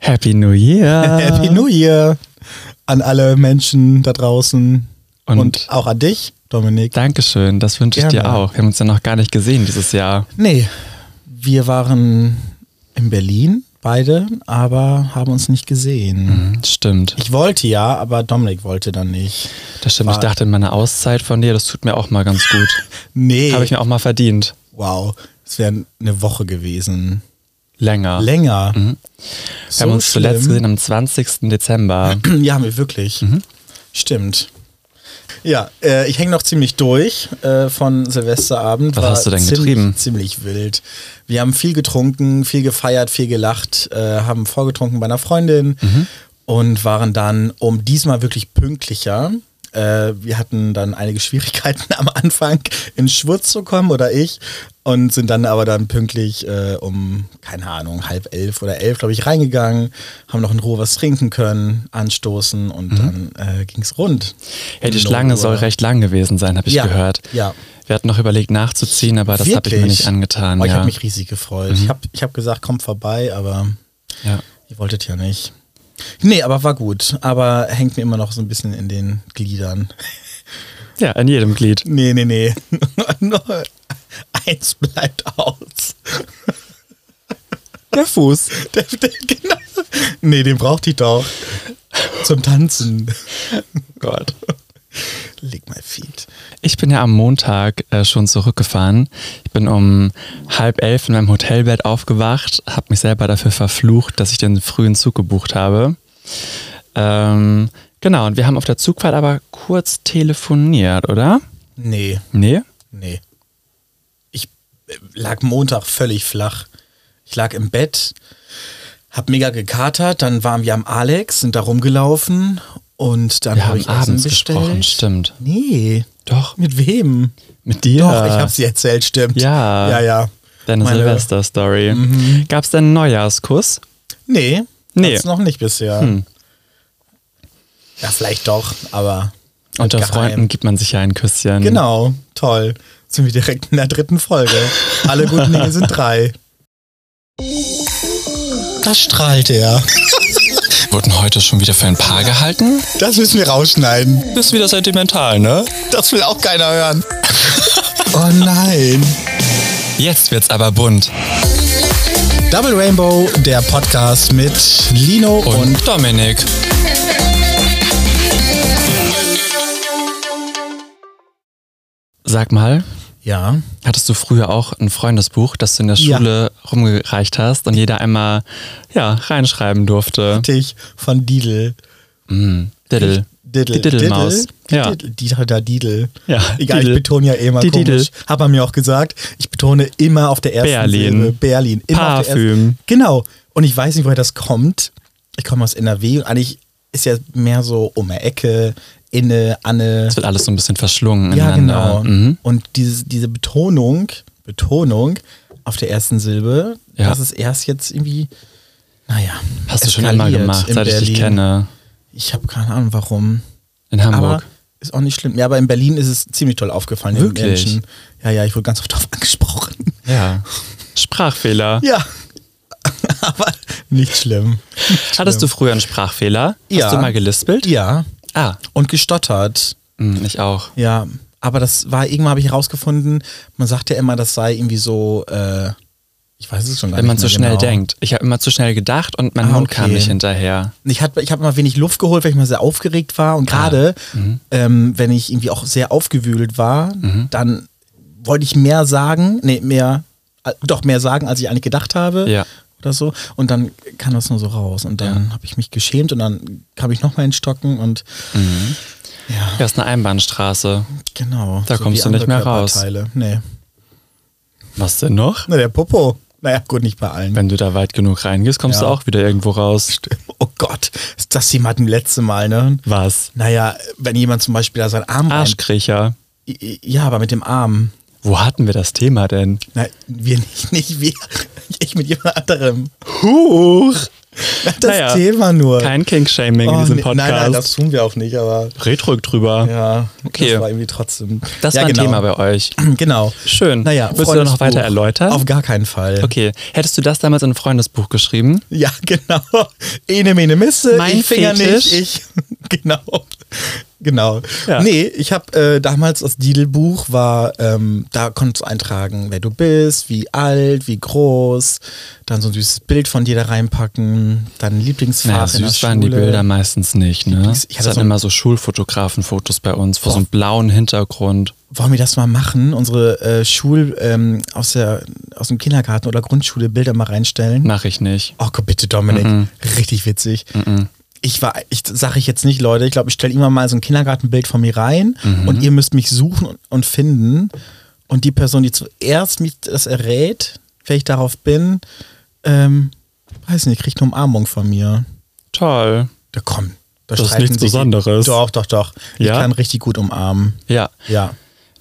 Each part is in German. Happy New Year. Happy New Year an alle Menschen da draußen und, Und- auch an dich, Dominik. Dankeschön, das wünsche ich dir Gerne. auch. Wir haben uns ja noch gar nicht gesehen dieses Jahr. Nee, wir waren in Berlin beide, aber haben uns nicht gesehen. Stimmt, Ich wollte ja, aber Dominik wollte dann nicht. das stimmt. Ich War- dachte in meiner Auszeit von dir, das tut mir auch mal ganz gut. Nee. Habe ich mir auch mal verdient. wow, es wäre eine Woche gewesen. Länger. Länger. Mhm. wir haben uns zuletzt Mhm. schlimm. gesehen am 20. Dezember. Ja, haben wir wirklich. Stimmt. Ja, äh, ich hänge noch ziemlich durch äh, von Silvesterabend. Was War hast du denn ziemlich, getrieben? Ziemlich wild. Wir haben viel getrunken, viel gefeiert, viel gelacht, äh, haben vorgetrunken bei einer Freundin Mhm. und waren dann um diesmal wirklich pünktlicher. Äh, wir hatten dann einige Schwierigkeiten am Anfang in Schwurz zu kommen oder ich und sind dann aber dann pünktlich äh, um, keine Ahnung, halb elf oder elf, glaube ich, reingegangen, haben noch in Ruhe was trinken können, anstoßen und Mhm. dann äh, ging es rund. Hey, die Um Schlange 9 Uhr. soll recht lang gewesen sein, habe ich Ja, gehört. ja. Wir hatten noch überlegt nachzuziehen, aber das habe ich mir Wirklich? nicht angetan. Oh, ich ja. Mhm. habe mich riesig gefreut. Ich habe ich hab gesagt, kommt vorbei, aber ja. ihr wolltet ja nicht. Nee, aber war gut. Aber hängt mir immer noch so ein bisschen in den Gliedern. ja, an jedem Glied. Nee, nee, nee. Nur Eins bleibt aus. Der Fuß. Der, der, genau. Nee, den braucht ich doch. Zum Tanzen. Oh Gott. Leg my feet. Ich bin ja am Montag äh, schon zurückgefahren. Ich bin um halb elf in meinem Hotelbett aufgewacht, habe mich selber dafür verflucht, dass ich den frühen Zug gebucht habe. Ähm, genau, und wir haben auf der Zugfahrt aber kurz telefoniert, oder? Nee, Nee? nee. Ich äh, lag Montag völlig flach. Ich lag im Bett, hab mega gekatert, dann waren wir am Alex, sind da rumgelaufen und dann Wir habe haben ich Essen abends gesprochen, bestellt. stimmt. Nee. Doch. Mit wem? Mit dir? Doch, ich habe sie erzählt, stimmt. Ja. Ja, ja. Deine Meine- Mhm. Silvester-Story. Gab's denn einen Neujahrskuss? Nee. Nee. Hm. Hat's noch nicht bisher. Ja, vielleicht doch, aber. Unter geheim. Freunden gibt man sich ja ein Küsschen. Genau, toll. Sind wir direkt in der dritten Folge. Alle guten Dinge sind drei. Das strahlt er. Wurden heute schon wieder für ein Paar gehalten? Das müssen wir rausschneiden. Bist wieder sentimental, ne? Das will auch keiner hören. Oh nein. Jetzt wird's aber bunt. Double Rainbow, der Podcast mit Lino und Dominik. Sag mal, ja. hattest du früher auch ein Freundesbuch, das du in der Ja. Schule rumgereicht hast und jeder einmal ja, reinschreiben durfte? Dich von Didel. Mm. Diddle. Diddle. Die Diddlemaus. Ja. Ja. Diddle, Dieter der Didel. Ja, Egal, Didel. ich betone ja eh immer Die komisch. Didel. Hat man mir auch gesagt, ich betone immer auf der ersten Berlin. Silbe. Berlin. Immer Auf der ersten. Parfüm. Genau. Und ich weiß nicht, woher das kommt. Ich komme aus NRW und eigentlich ist ja mehr so um die Ecke, Inne, Anne. Es wird alles so ein bisschen verschlungen. Ja, ineinander. genau. Mhm. Und diese, diese Betonung, Betonung auf der ersten Silbe, Ja. das ist erst jetzt irgendwie, naja. Hast du schon eskaliert immer gemacht, in seit ich dich Berlin. kenne. Ich habe keine Ahnung, warum. In Aber Hamburg. ist auch nicht schlimm. Ja, aber in Berlin ist es ziemlich toll aufgefallen. den Wirklich? Menschen. Ja, ja, ich wurde ganz oft darauf angesprochen. ja. Sprachfehler. Ja. aber nicht schlimm. Hattest du früher einen Sprachfehler? Ja. Hast du mal gelispelt? Ja. Ah, Und gestottert. hm, ich auch. Ja. Aber das war, irgendwann habe ich herausgefunden, man sagt ja immer, das sei irgendwie so, äh, ich weiß es schon gar Wenn nicht man zu mehr schnell genau. denkt. Ich habe immer zu schnell gedacht und mein Ah, Mund kam okay. nicht hinterher. Ich habe ich hab mal wenig Luft geholt, weil ich mal sehr aufgeregt war. Ah, Und gerade, Mhm. ähm, wenn ich irgendwie auch sehr aufgewühlt war, dann wollte ich mehr sagen, nee, mehr, äh, doch mehr sagen, als ich eigentlich gedacht habe. Ja. Oder so. Und dann kam das nur so raus. Und dann habe ich mich geschämt und dann kam ich nochmal in Stocken und ja, Das ist eine Einbahnstraße. genau. Da kommst wie du nicht andere mehr raus. Körperteile. Nee. Was denn noch? Na, der Popo. Naja, gut, nicht bei allen. Wenn du da weit genug reingehst, kommst Ja. du auch wieder irgendwo raus. Oh Gott, ist das jemand im letzten Mal, ne? Was? Naja, wenn jemand zum Beispiel da seinen Arm rein- Arschkriecher. Ja, aber mit dem Arm. Wo hatten wir das Thema denn? Nein, wir nicht, nicht wir. Ich mit jemand anderem. Huch! Das Naja. Thema nur. Oh, Kein King-Shaming in diesem nee, Podcast. Nein, nein, das tun wir auch nicht, aber Retrück drüber. ja, Okay. das war irgendwie trotzdem. Das ja, war ein genau. Thema bei euch. Genau. Schön. Naja, Willst du da noch Freundesbuch. weiter erläutern? Auf gar keinen Fall. okay. Hättest du das damals in ein Freundesbuch geschrieben? Ja, genau. Ene, mene, misse. Mein ich Finger Fetisch. nicht. Ich. Genau. Genau. Ja. Nee, ich habe äh, damals das Didelbuch war, ähm, da konntest du eintragen, wer du bist, wie alt, wie groß, dann so ein süßes Bild von dir da reinpacken, dann Lieblingsfarbe. Naja, in der süß waren die Schule. Bilder meistens nicht, ne? Lieblings- ich Es hatte hatten so ein- immer so Schulfotografenfotos bei uns vor so einem blauen Hintergrund. Wollen wir das mal machen? Unsere äh, Schul ähm, aus, der, aus dem Kindergarten oder Grundschule Bilder mal reinstellen? Mache ich nicht. Oh Gott, bitte Dominik, richtig witzig. Ich war, ich sage ich jetzt nicht, Leute, ich glaube, ich stelle immer mal so ein Kindergartenbild von mir rein und ihr müsst mich suchen und- und finden. Und die Person, die zuerst mich das errät, wer ich darauf bin, ähm, weiß nicht, kriegt eine Umarmung von mir. Toll. Da komm. Da Das ist streiten nichts sich die- Besonderes. Doch, doch, doch. Ja? Ich kann richtig gut umarmen. Ja. Ja.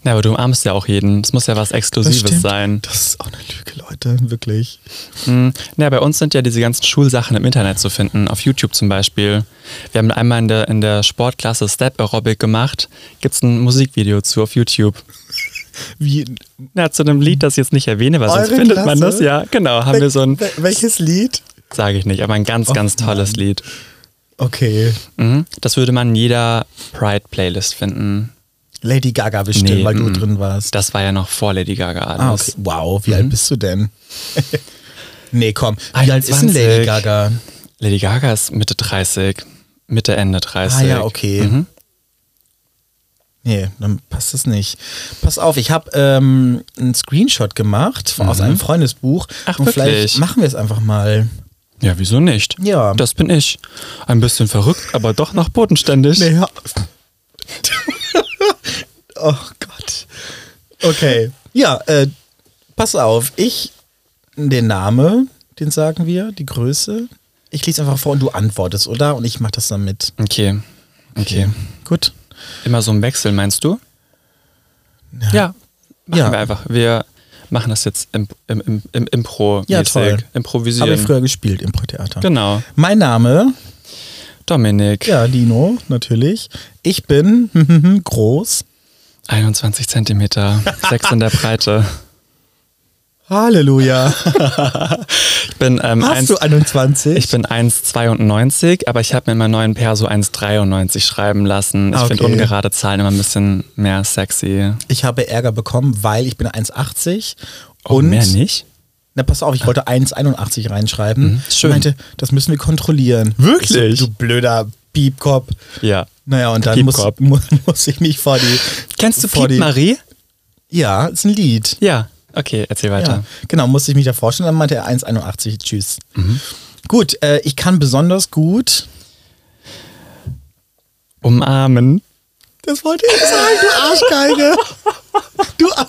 Na, aber du umarmst ja auch jeden. Es muss ja was Exklusives stimmt. sein. Das ist auch eine Lüge, Leute, wirklich. Mhm. Na, bei uns sind ja diese ganzen Schulsachen im Internet zu finden, auf YouTube zum Beispiel. Wir haben einmal in der, in der Sportklasse Step Aerobic gemacht. Gibt's ein Musikvideo zu auf YouTube. Wie, Na, zu einem Lied, das ich jetzt nicht erwähne, weil sonst Eure findet man Klasse? das. Ja, genau. Haben wir so ein, Wel- welches Lied? sage ich nicht, aber ein ganz, Oh ganz tolles Mann. Lied. Okay. Mhm. Das würde man in jeder Pride-Playlist finden. Lady Gaga bestimmt, Nee, weil du mm. drin warst. Das war ja noch vor Lady Gaga Ah, alles. okay. Wow, wie Mhm. alt bist du denn? nee, komm. Wie alt ist denn 21? Lady Gaga? Lady Gaga ist Mitte 30, Mitte, Ende 30. Ah ja, okay. Mhm. Nee, dann passt das nicht. Pass auf, ich habe ähm, einen Screenshot gemacht von, aus einem Freundesbuch. Mhm. Ach, und wirklich? vielleicht machen wir es einfach mal. Ja, wieso nicht? Ja. Das bin ich. Ein bisschen verrückt, aber doch noch bodenständig. Nee, hör auf. oh Gott. Okay. Ja, äh, pass auf. Ich, den Name, den sagen wir, die Größe. Ich lese einfach vor und du antwortest, oder? Und ich mache das dann mit. Okay. Okay. Gut. Immer so ein Wechsel, meinst du? Ja. Machen Ja. wir einfach. Wir machen das jetzt im, im, im, im Impro. Ja, toll. Improvisieren. Habe ich früher gespielt im Theater. genau. Mein Name, Dominik, ja, Dino, natürlich. Ich bin groß. 21 Zentimeter, 6 in der Breite. Halleluja. Ich bin, ähm, Hast eins, du 21? ich bin 1,92, aber ich habe mir in meinem neuen Perso 1,93 schreiben lassen. Ich Ah, finde okay. ungerade Zahlen immer ein bisschen mehr sexy. ich habe Ärger bekommen, weil ich bin 1,80 Oh, und mehr nicht? Na, pass auf, ich wollte 1,81 reinschreiben. Mhm, schön. Ich meinte, das müssen wir kontrollieren. Wirklich? Ich so, Du blöder Piepkopf. Ja. Naja, und dann muss, Piepkopf. mu- muss ich mich vor die. Kennst du vor Piep die- Marie? Ja, ist ein Lied. Ja. Okay, erzähl Ja, weiter. genau, musste ich mich da vorstellen. Dann meinte er 1,81, tschüss. Gut, äh, ich kann besonders gut. Umarmen. Das wollte ich sagen, du Arschgeige. Du Ar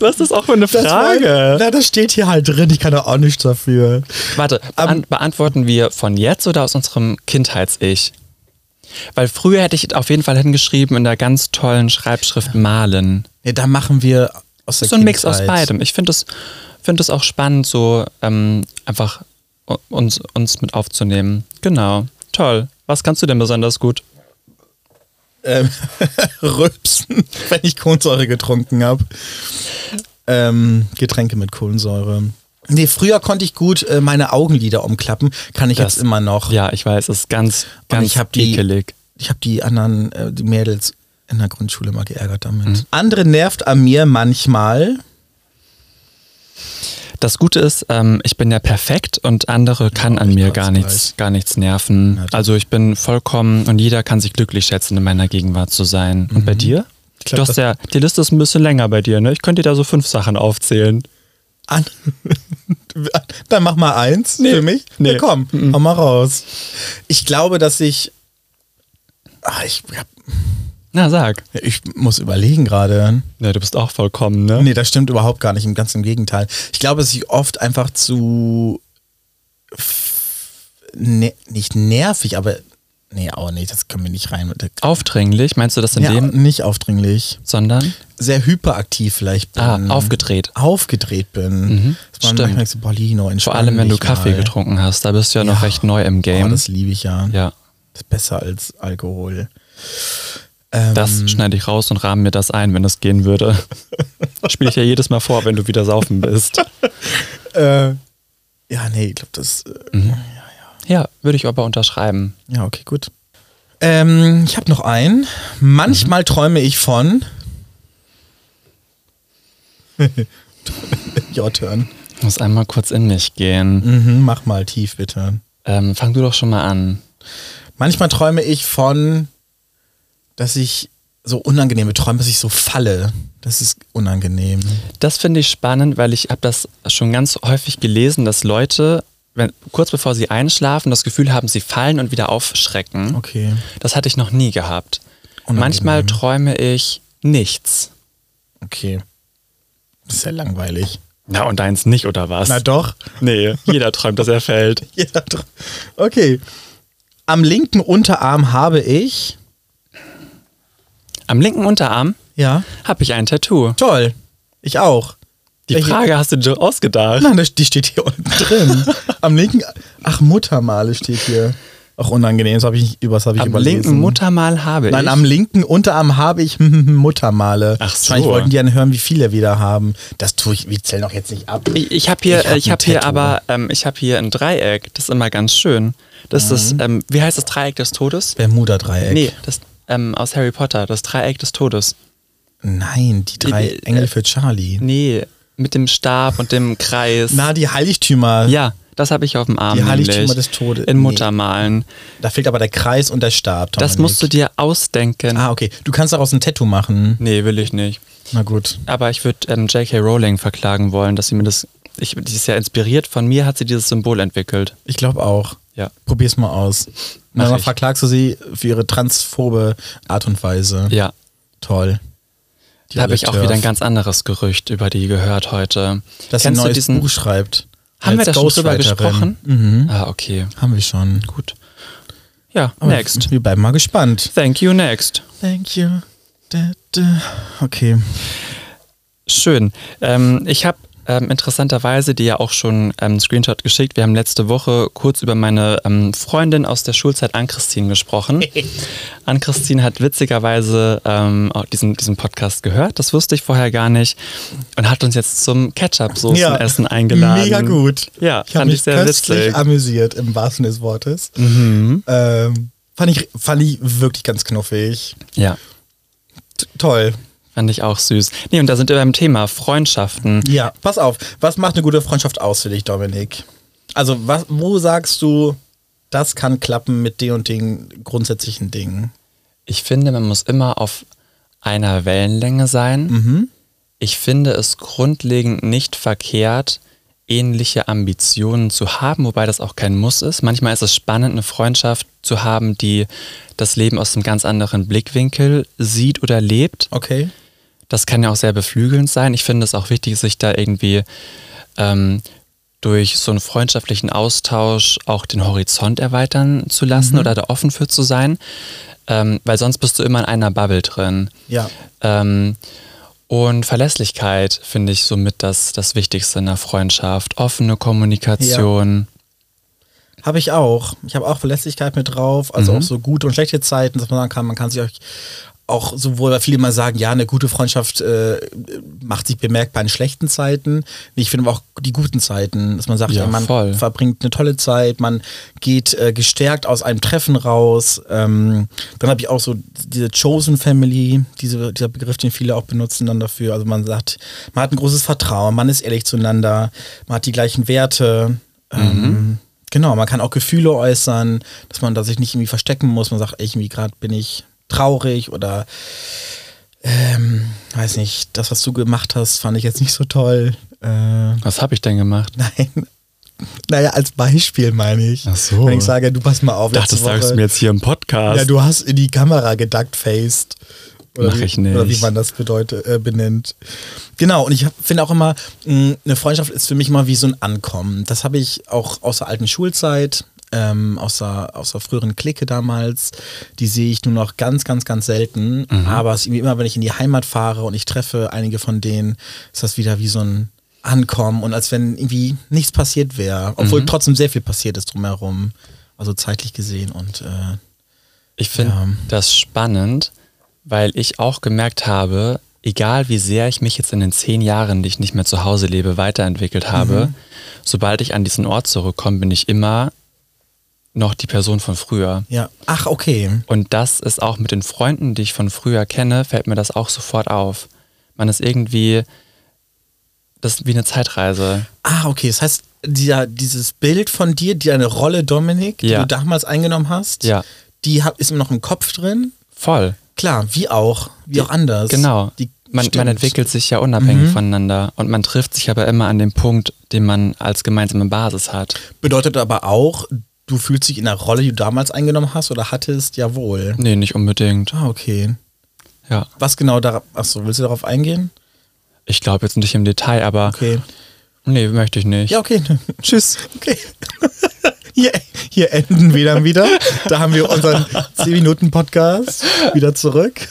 Was ist das auch für eine das wollte- Na, das steht hier halt drin, ich kann da auch nichts dafür. Warte, beant beantworten wir von jetzt oder aus unserem Kindheits-Ich? Weil früher hätte ich auf jeden Fall hingeschrieben in der ganz tollen Schreibschrift malen. Ja, da machen wir aus der So ein Mix aus Kindheit. beidem. Ich finde es find das auch spannend, so ähm, einfach u- uns, uns mit aufzunehmen. Genau. Toll. Was kannst du denn besonders gut? ähm, rülpsen, wenn ich Kohlensäure getrunken habe. Ähm, Getränke mit Kohlensäure. Nee, früher konnte ich gut äh, meine Augenlider umklappen, kann ich Das- jetzt immer noch. Ja, ich weiß, es ist ganz, Und ganz ich hab die- ekelig. Ich habe die anderen äh, die Mädels in der Grundschule mal geärgert damit. Mhm. Andere nervt an mir manchmal. Das Gute ist, ähm, ich bin ja perfekt und andere kann an ich mir glaub, gar das nichts, gar nichts nerven. das- also ich bin vollkommen und jeder kann sich glücklich schätzen, in meiner Gegenwart zu sein. Und bei dir? Mhm. glaub, du hast das- ja, die Liste ist ein bisschen länger bei dir, ne? Ich könnte dir da so fünf Sachen aufzählen. An Dann mach mal eins für mich. nee. Mhm. Ja, komm, hau mal raus. Ich glaube, dass ich. Ah, ich, hab, Na, sag. ich muss überlegen gerade. Ja, du bist auch vollkommen, ne? Nee, das stimmt überhaupt gar nicht. Im ganz im Gegenteil. Ich glaube, dass ich oft einfach zu f- ne, nicht nervig, aber Nee, auch nicht, das können wir nicht rein. Aufdringlich, meinst du das in Ja, dem? nicht aufdringlich. Sondern? Sehr hyperaktiv vielleicht bin. Ah, aufgedreht. Mhm. aufgedreht bin. Dass man stimmt. manchmal denkt so, boah, Lino, entspann Vor allem, wenn du dich Kaffee mal. getrunken hast. Da bist du ja, noch Ja. recht neu im Oh, Game. das liebe ich ja. ja, Das ist besser als Alkohol. Ähm, das Mhm. schneide ich raus und rahme mir das ein, wenn das gehen würde. Spiele ich ja jedes Mal vor, wenn du wieder saufen bist. Äh, ja, nee, ich glaube, das. Äh, Ja, würde ich aber unterschreiben. ja, okay, gut. Ähm, ich habe noch einen. Manchmal Mhm. träume ich von. Your turn. Ich muss einmal kurz in mich gehen. Mhm, mach mal tief, bitte. Ähm, fang du doch schon mal an. Manchmal träume ich von, dass ich so unangenehme Träume, dass ich so falle. Das ist unangenehm. Das finde ich spannend, weil ich habe das schon ganz häufig gelesen, dass Leute, wenn, kurz bevor sie einschlafen, das Gefühl haben, sie fallen und wieder aufschrecken. Okay. Das hatte ich noch nie gehabt. Unangenehm. Manchmal träume ich nichts. Okay. Das ist ja langweilig. Na, und deins nicht, oder was? Na doch. nee, jeder träumt, dass er fällt. Jeder dr- okay. Am linken Unterarm habe ich. Am linken Unterarm Ja. habe ich ein Tattoo. Toll. Ich auch. Die Welche- Frage hast du dir ausgedacht. Nein, das, die steht hier unten drin. Am linken. Ach, Muttermale steht hier. Auch unangenehm, das habe ich nicht übers habe ich Am überlesen. linken Muttermal habe Nein, ich. am linken Unterarm habe ich Muttermale. Ach so. Wahrscheinlich wollten die dann hören, wie viele wir da haben. Das tue ich, wir zählen doch jetzt nicht ab. Ich, ich habe hier, ich Ich hab ein hab hier Tattoo. aber, ähm, ich habe hier ein Dreieck. Das ist immer ganz schön. Das ist, Mhm. ähm, wie heißt das Dreieck des Todes? Bermuda-Dreieck. Nee, das ähm, aus Harry Potter, das Dreieck des Todes. Nein, die drei Die- die- Engel für Charlie. Nee, mit dem Stab und dem Kreis. Na, die Heiligtümer. ja, das habe ich auf dem Arm. Die Heiligtümer nämlich. des Todes. In Nee. Muttermalen. Da fehlt aber der Kreis und der Stab. Das Dominik. musst du dir ausdenken. Ah, okay. Du kannst daraus ein Tattoo machen. Nee, will ich nicht. Na gut. Aber ich würde ähm, J.K. Rowling verklagen wollen, dass sie mir das. Ich, die ist ja inspiriert von mir, hat sie dieses Symbol entwickelt. Ich glaube auch. Ja. Probier's mal aus. Mach Na, Dann ich. verklagst du sie für ihre transphobe Art und Weise. Ja. Toll. Da habe ich auch Olive wieder ein Turf. ganz anderes Gerücht über die gehört heute. Dass sie ein Kennst du neues diesen? Buch schreibt. haben wir Als da schon drüber Ghostwriterin. Mhm. gesprochen? Ah, okay. Haben wir schon. Gut. Ja, Aber next. Wir bleiben mal gespannt. Thank you, next. Thank you. Da, da. Okay. Schön. Ähm, ich habe ähm, interessanterweise dir ja auch schon ähm, einen Screenshot geschickt. Wir haben letzte Woche kurz über meine ähm, Freundin aus der Schulzeit, Ann-Christine, gesprochen. Ann-Christine hat witzigerweise ähm, auch diesen, diesen Podcast gehört. Das wusste ich vorher gar nicht. Und hat uns jetzt zum Ketchup-Soßen-Essen eingeladen. Mega gut. Ja, ich habe fand mich ich sehr köstlich witzig. Mhm. amüsiert im wahrsten des Wortes. Ähm, fand, ich, fand ich wirklich ganz knuffig. Ja. T toll. Fand ich auch süß. Nee, und da sind wir beim Thema Freundschaften. Ja, pass auf. Was macht eine gute Freundschaft aus für dich, Dominik? Also, was, wo sagst du, das kann klappen mit den und den grundsätzlichen Dingen? Ich finde, man muss immer auf einer Wellenlänge sein. Ich finde es grundlegend nicht verkehrt, ähnliche Ambitionen zu haben, wobei das auch kein Muss ist. Manchmal ist es spannend, eine Freundschaft zu haben, die das Leben aus einem ganz anderen Blickwinkel sieht oder lebt. Okay. Das kann ja auch sehr beflügelnd sein. Ich finde es auch wichtig, sich da irgendwie ähm, durch so einen freundschaftlichen Austausch auch den Horizont erweitern zu lassen Mhm. oder da offen für zu sein, ähm, weil sonst bist du immer in einer Bubble drin. Ja. Ähm, und Verlässlichkeit finde ich somit das, das Wichtigste in der Freundschaft. Offene Kommunikation. Habe ich auch. Ich habe auch Verlässlichkeit mit drauf, also auch so gute und schlechte Zeiten, dass man sagen kann, man kann sich auch, auch sowohl, weil viele mal sagen, ja, eine gute Freundschaft äh, macht sich bemerkbar in schlechten Zeiten. Nee, Ich finde aber auch die guten Zeiten, dass man sagt, Ja, ja, man voll. verbringt eine tolle Zeit, man geht äh, gestärkt aus einem Treffen raus. Ähm, dann habe ich auch so diese Chosen Family, diese, dieser Begriff, den viele auch benutzen dann dafür. Also man sagt, man hat ein großes Vertrauen, man ist ehrlich zueinander, man hat die gleichen Werte. Ähm, Genau, man kann auch Gefühle äußern, dass man da sich nicht irgendwie verstecken muss. Man sagt, ey, irgendwie gerade bin ich traurig oder ähm, weiß nicht, das, was du gemacht hast, fand ich jetzt nicht so toll. Äh, Was habe ich denn gemacht? Nein. Naja, als Beispiel meine ich. Ach so. Wenn ich sage, du pass mal auf. Ich dachte, das letzte sagst Woche- du mir jetzt hier im Podcast. Ja, du hast in die Kamera geduckfaced. Oder Mach wie- ich nicht. Oder wie man das bedeutet, äh, benennt. Genau, und ich hab- finde auch immer, hm, mh, eine Freundschaft ist für mich immer wie so ein Ankommen. Das habe ich auch aus der alten Schulzeit. ähm, aus, der, aus der früheren Clique damals. Die sehe ich nur noch ganz, ganz, ganz selten. Mhm. Aber es ist irgendwie immer, wenn ich in die Heimat fahre und ich treffe einige von denen, ist das wieder wie so ein Ankommen und als wenn irgendwie nichts passiert wäre. Obwohl Mhm. trotzdem sehr viel passiert ist drumherum. Also zeitlich gesehen und äh, Ich finde Ja. das spannend, weil ich auch gemerkt habe, egal wie sehr ich mich jetzt in den zehn Jahren, die ich nicht mehr zu Hause lebe, weiterentwickelt habe, sobald ich an diesen Ort zurückkomme, bin ich immer noch die Person von früher. ja. Ach, okay. Und das ist auch mit den Freunden, die ich von früher kenne, fällt mir das auch sofort auf. Man ist irgendwie, das ist wie eine Zeitreise. Ah, okay. Das heißt, dieser, dieses Bild von dir, die eine Rolle, Dominik, die Ja. du damals eingenommen hast, Ja. die hab, ist immer noch im Kopf drin. Voll. Klar, wie auch, wie auch anders. Genau. Die, man, stimmt. Mhm. man entwickelt sich ja unabhängig voneinander und man trifft sich aber immer an dem Punkt, den man als gemeinsame Basis hat. Bedeutet aber auch, du fühlst dich in der Rolle, die du damals eingenommen hast oder hattest, ja wohl. Nee, nicht unbedingt. Ah, okay. Ja. Was genau da, achso, willst du darauf eingehen? Ich glaube jetzt nicht im Detail, aber Okay. nee, möchte ich nicht. Ja, okay. Tschüss. Okay. Hier, hier enden wir dann wieder. Da haben wir unseren 10-Minuten-Podcast wieder zurück.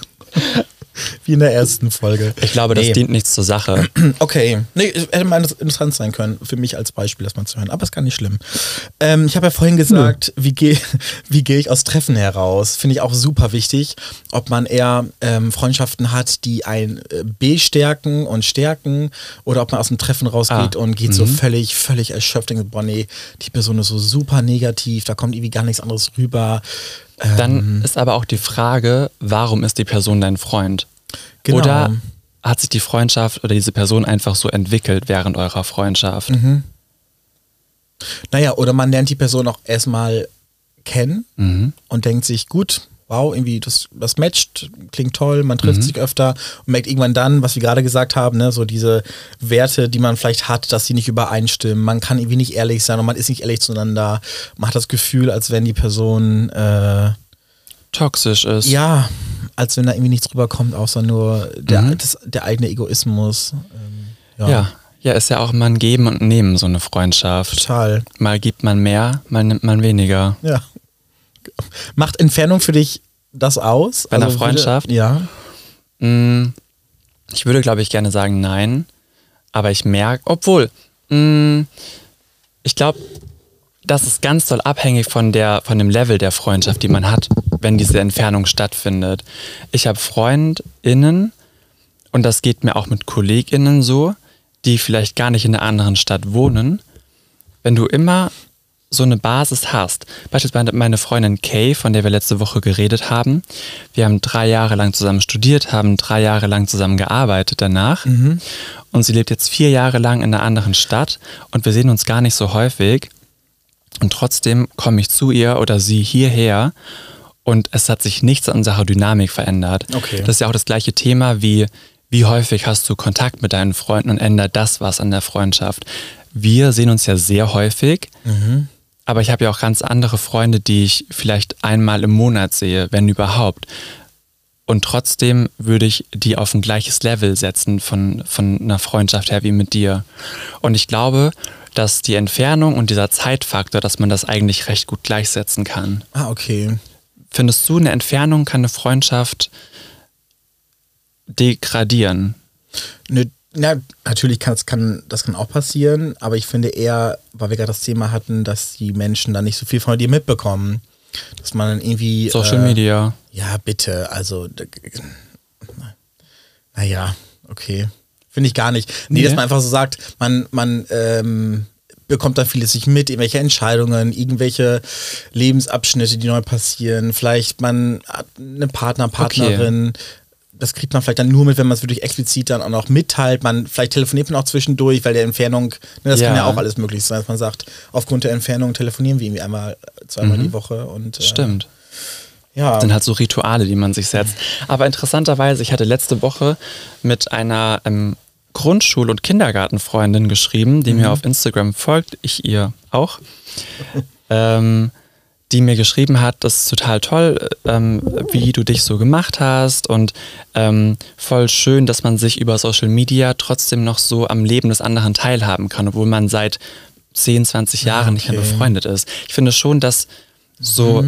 Wie in der ersten Folge. Ich glaube, das Nee. dient nichts zur Sache. Okay. Nee, es hätte mal interessant sein können, für mich als Beispiel, das mal zu hören. Aber ist gar nicht schlimm. Ähm, ich habe ja vorhin gesagt, wie gehe wie geh ich aus Treffen heraus? Finde ich auch super wichtig, ob man eher ähm, Freundschaften hat, die ein äh, B stärken und stärken oder ob man aus dem Treffen rausgeht Ah, und geht so völlig, völlig erschöpft und denkt, boah, nee, die Person ist so super negativ, da kommt irgendwie gar nichts anderes rüber. Ähm. Dann ist aber auch die Frage, warum ist die Person dein Freund? Genau. Oder hat sich die Freundschaft oder diese Person einfach so entwickelt während eurer Freundschaft? Mhm. Naja, oder man lernt die Person auch erstmal kennen und denkt sich, gut, wow, irgendwie das, das matcht, klingt toll, man trifft sich öfter und merkt irgendwann dann, was wir gerade gesagt haben, ne, so diese Werte, die man vielleicht hat, dass sie nicht übereinstimmen, man kann irgendwie nicht ehrlich sein und man ist nicht ehrlich zueinander, man hat das Gefühl, als wenn die Person, äh, Toxisch ist. ja, als wenn da irgendwie nichts rüberkommt, außer nur der, das, der eigene Egoismus. Ähm, ja, ja. Ja, ist ja auch mal ein Geben und Nehmen, so eine Freundschaft. total. Mal gibt man mehr, mal nimmt man weniger. Ja. Macht Entfernung für dich das aus? Bei einer würde- Freundschaft? ja. Mm, Ich würde, glaube ich, gerne sagen nein. Aber ich merke, obwohl, mm, ich glaube, das ist ganz doll abhängig von, der, von dem Level der Freundschaft, die man hat, wenn diese Entfernung stattfindet. Ich habe FreundInnen und das geht mir auch mit KollegInnen so, die vielleicht gar nicht in einer anderen Stadt wohnen. Wenn du immer so eine Basis hast, beispielsweise meine Freundin Kay, von der wir letzte Woche geredet haben, wir haben drei Jahre lang zusammen studiert, haben drei Jahre lang zusammen gearbeitet danach und sie lebt jetzt vier Jahre lang in einer anderen Stadt und wir sehen uns gar nicht so häufig. Und trotzdem komme ich zu ihr oder sie hierher und es hat sich nichts an unserer Dynamik verändert. Okay. Das ist ja auch das gleiche Thema wie, wie häufig hast du Kontakt mit deinen Freunden und ändert das was an der Freundschaft? Wir sehen uns ja sehr häufig, aber ich habe ja auch ganz andere Freunde, die ich vielleicht einmal im Monat sehe, wenn überhaupt. Und trotzdem würde ich die auf ein gleiches Level setzen von, von einer Freundschaft her wie mit dir. Und ich glaube, dass die Entfernung und dieser Zeitfaktor, dass man das eigentlich recht gut gleichsetzen kann. Ah, okay. Findest du, eine Entfernung kann eine Freundschaft degradieren? Ne, na, natürlich kann das, kann das kann auch passieren, aber ich finde eher, weil wir gerade das Thema hatten, dass die Menschen dann nicht so viel von dir mitbekommen. Dass man dann irgendwie. Social äh, Media. Ja, bitte. Also, d- g- naja, okay. Finde ich gar nicht. Nee, Nee. dass man einfach so sagt, man, man ähm, bekommt da vieles nicht mit, irgendwelche Entscheidungen, irgendwelche Lebensabschnitte, die neu passieren. Vielleicht man hat eine Partner, Partnerin. Das kriegt man vielleicht dann nur mit, wenn man es wirklich explizit dann auch noch mitteilt. Man, vielleicht telefoniert man auch zwischendurch, weil der Entfernung, ne, das Ja. kann ja auch alles möglich sein, dass man sagt, aufgrund der Entfernung telefonieren wir irgendwie einmal, zweimal die Woche und äh, Mhm. Stimmt. ja. sind halt so Rituale, die man sich setzt. Aber interessanterweise, ich hatte letzte Woche mit einer ähm, Grundschul- und Kindergartenfreundin geschrieben, die mir auf Instagram folgt, ich ihr auch, ähm, die mir geschrieben hat, das ist total toll, ähm, wie du dich so gemacht hast und ähm, voll schön, dass man sich über Social Media trotzdem noch so am Leben des anderen teilhaben kann, obwohl man seit 10, 20 Jahren nicht mehr okay. befreundet ist. Ich finde schon, dass so,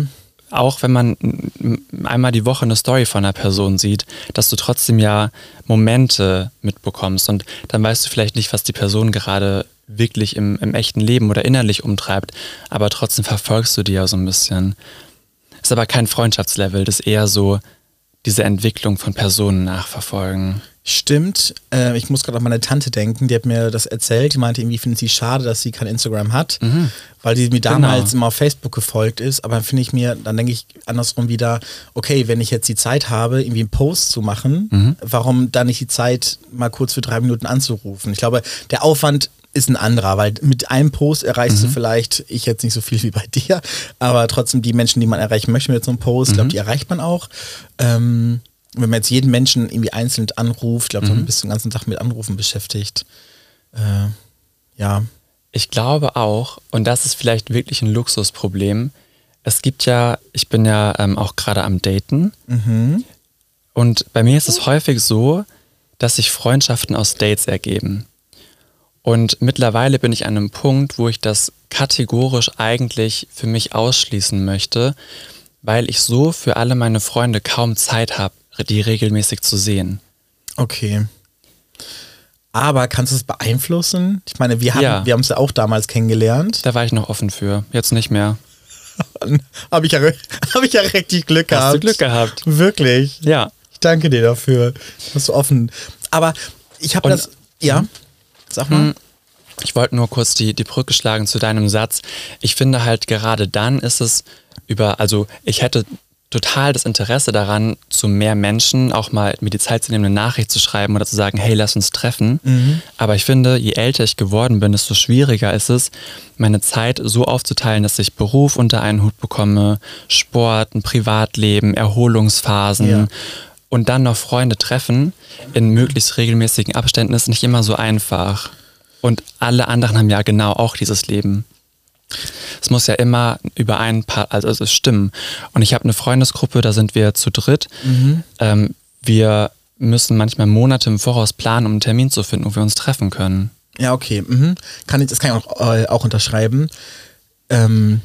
auch wenn man m- einmal die Woche eine Story von einer Person sieht, dass du trotzdem ja Momente mitbekommst und dann weißt du vielleicht nicht, was die Person gerade wirklich im, im echten Leben oder innerlich umtreibt, aber trotzdem verfolgst du die ja so ein bisschen. Ist aber kein Freundschaftslevel, das ist eher so diese Entwicklung von Personen nachverfolgen. Stimmt. Äh, ich muss gerade an meine Tante denken, die hat mir das erzählt. Die meinte, irgendwie findet sie schade, dass sie kein Instagram hat, weil die mir damals immer auf Facebook gefolgt ist. Aber dann finde ich mir, dann denke ich andersrum wieder, okay, wenn ich jetzt die Zeit habe, irgendwie einen Post zu machen, warum dann nicht die Zeit, mal kurz für drei Minuten anzurufen? Ich glaube, der Aufwand ist ein anderer, weil mit einem Post erreichst du vielleicht, ich jetzt nicht so viel wie bei dir, aber trotzdem die Menschen, die man erreichen möchte mit so einem Post, ich glaube, die erreicht man auch. Ähm, wenn man jetzt jeden Menschen irgendwie einzeln anruft, ich glaube, dann bist du den ganzen Tag mit Anrufen beschäftigt. Äh, ja, Ich glaube auch, und das ist vielleicht wirklich ein Luxusproblem, es gibt ja, ich bin ja ähm, auch gerade am Daten. Und bei mir ist es häufig so, dass sich Freundschaften aus Dates ergeben. Und mittlerweile bin ich an einem Punkt, wo ich das kategorisch eigentlich für mich ausschließen möchte, weil ich so für alle meine Freunde kaum Zeit habe, die regelmäßig zu sehen. okay. Aber kannst du es beeinflussen? Ich meine, wir haben Ja. wir es ja auch damals kennengelernt. Da war ich noch offen für, jetzt nicht mehr. Habe ich, ja, re- hab ich ja richtig Glück gehabt. Hast du Glück gehabt? Wirklich. Ja. Ich danke dir dafür. Bist du offen. Aber ich habe Und- hm? das. Ja. Sag mal. Ich wollte nur kurz die, die Brücke schlagen zu deinem Satz. Ich finde halt gerade dann ist es über, also ich hätte total das Interesse daran, zu mehr Menschen auch mal mir die Zeit zu nehmen, eine Nachricht zu schreiben oder zu sagen, hey, lass uns treffen. Aber ich finde, je älter ich geworden bin, desto schwieriger ist es, meine Zeit so aufzuteilen, dass ich Beruf unter einen Hut bekomme, Sport, ein Privatleben, Erholungsphasen Ja. und dann noch Freunde treffen in möglichst regelmäßigen Abständen ist nicht immer so einfach. Und alle anderen haben ja genau auch dieses Leben. Es muss ja immer über ein paar, also es stimmen. Und ich habe eine Freundesgruppe, da sind wir zu dritt. Ähm, wir müssen manchmal Monate im Voraus planen, um einen Termin zu finden, wo wir uns treffen können. Ja, okay. Mhm. Kann ich, das kann ich auch, äh, auch unterschreiben. Ähm,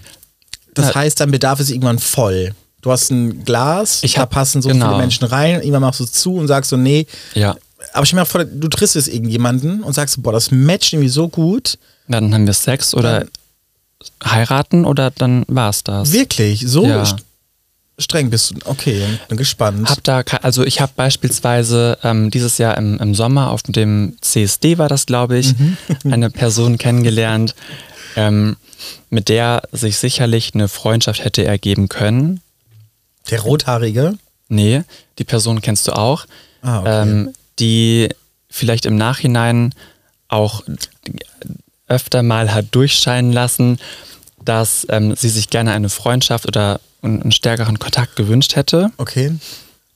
das Ja. heißt, dein Bedarf ist irgendwann voll. Du hast ein Glas, Ich da hab- passen so genau. viele Menschen rein, irgendwann machst du es zu und sagst so, nee. Ja. Aber ich mir auch vor, du triffst jetzt irgendjemanden und sagst, boah, das matcht irgendwie so gut. Dann haben wir Sex oder heiraten oder dann war's das. Wirklich, so Ja. st- streng bist du. Okay, bin gespannt. Hab da, ke- also ich habe beispielsweise ähm, dieses Jahr im, im Sommer auf dem CSD war das, glaube ich, Mhm. eine Person kennengelernt, ähm, mit der sich sicherlich eine Freundschaft hätte ergeben können. Der Rothaarige. Nee, die Person kennst du auch. Ah, okay. ähm, die vielleicht im Nachhinein auch öfter mal hat durchscheinen lassen, dass ähm, sie sich gerne eine Freundschaft oder einen, einen stärkeren Kontakt gewünscht hätte. Okay.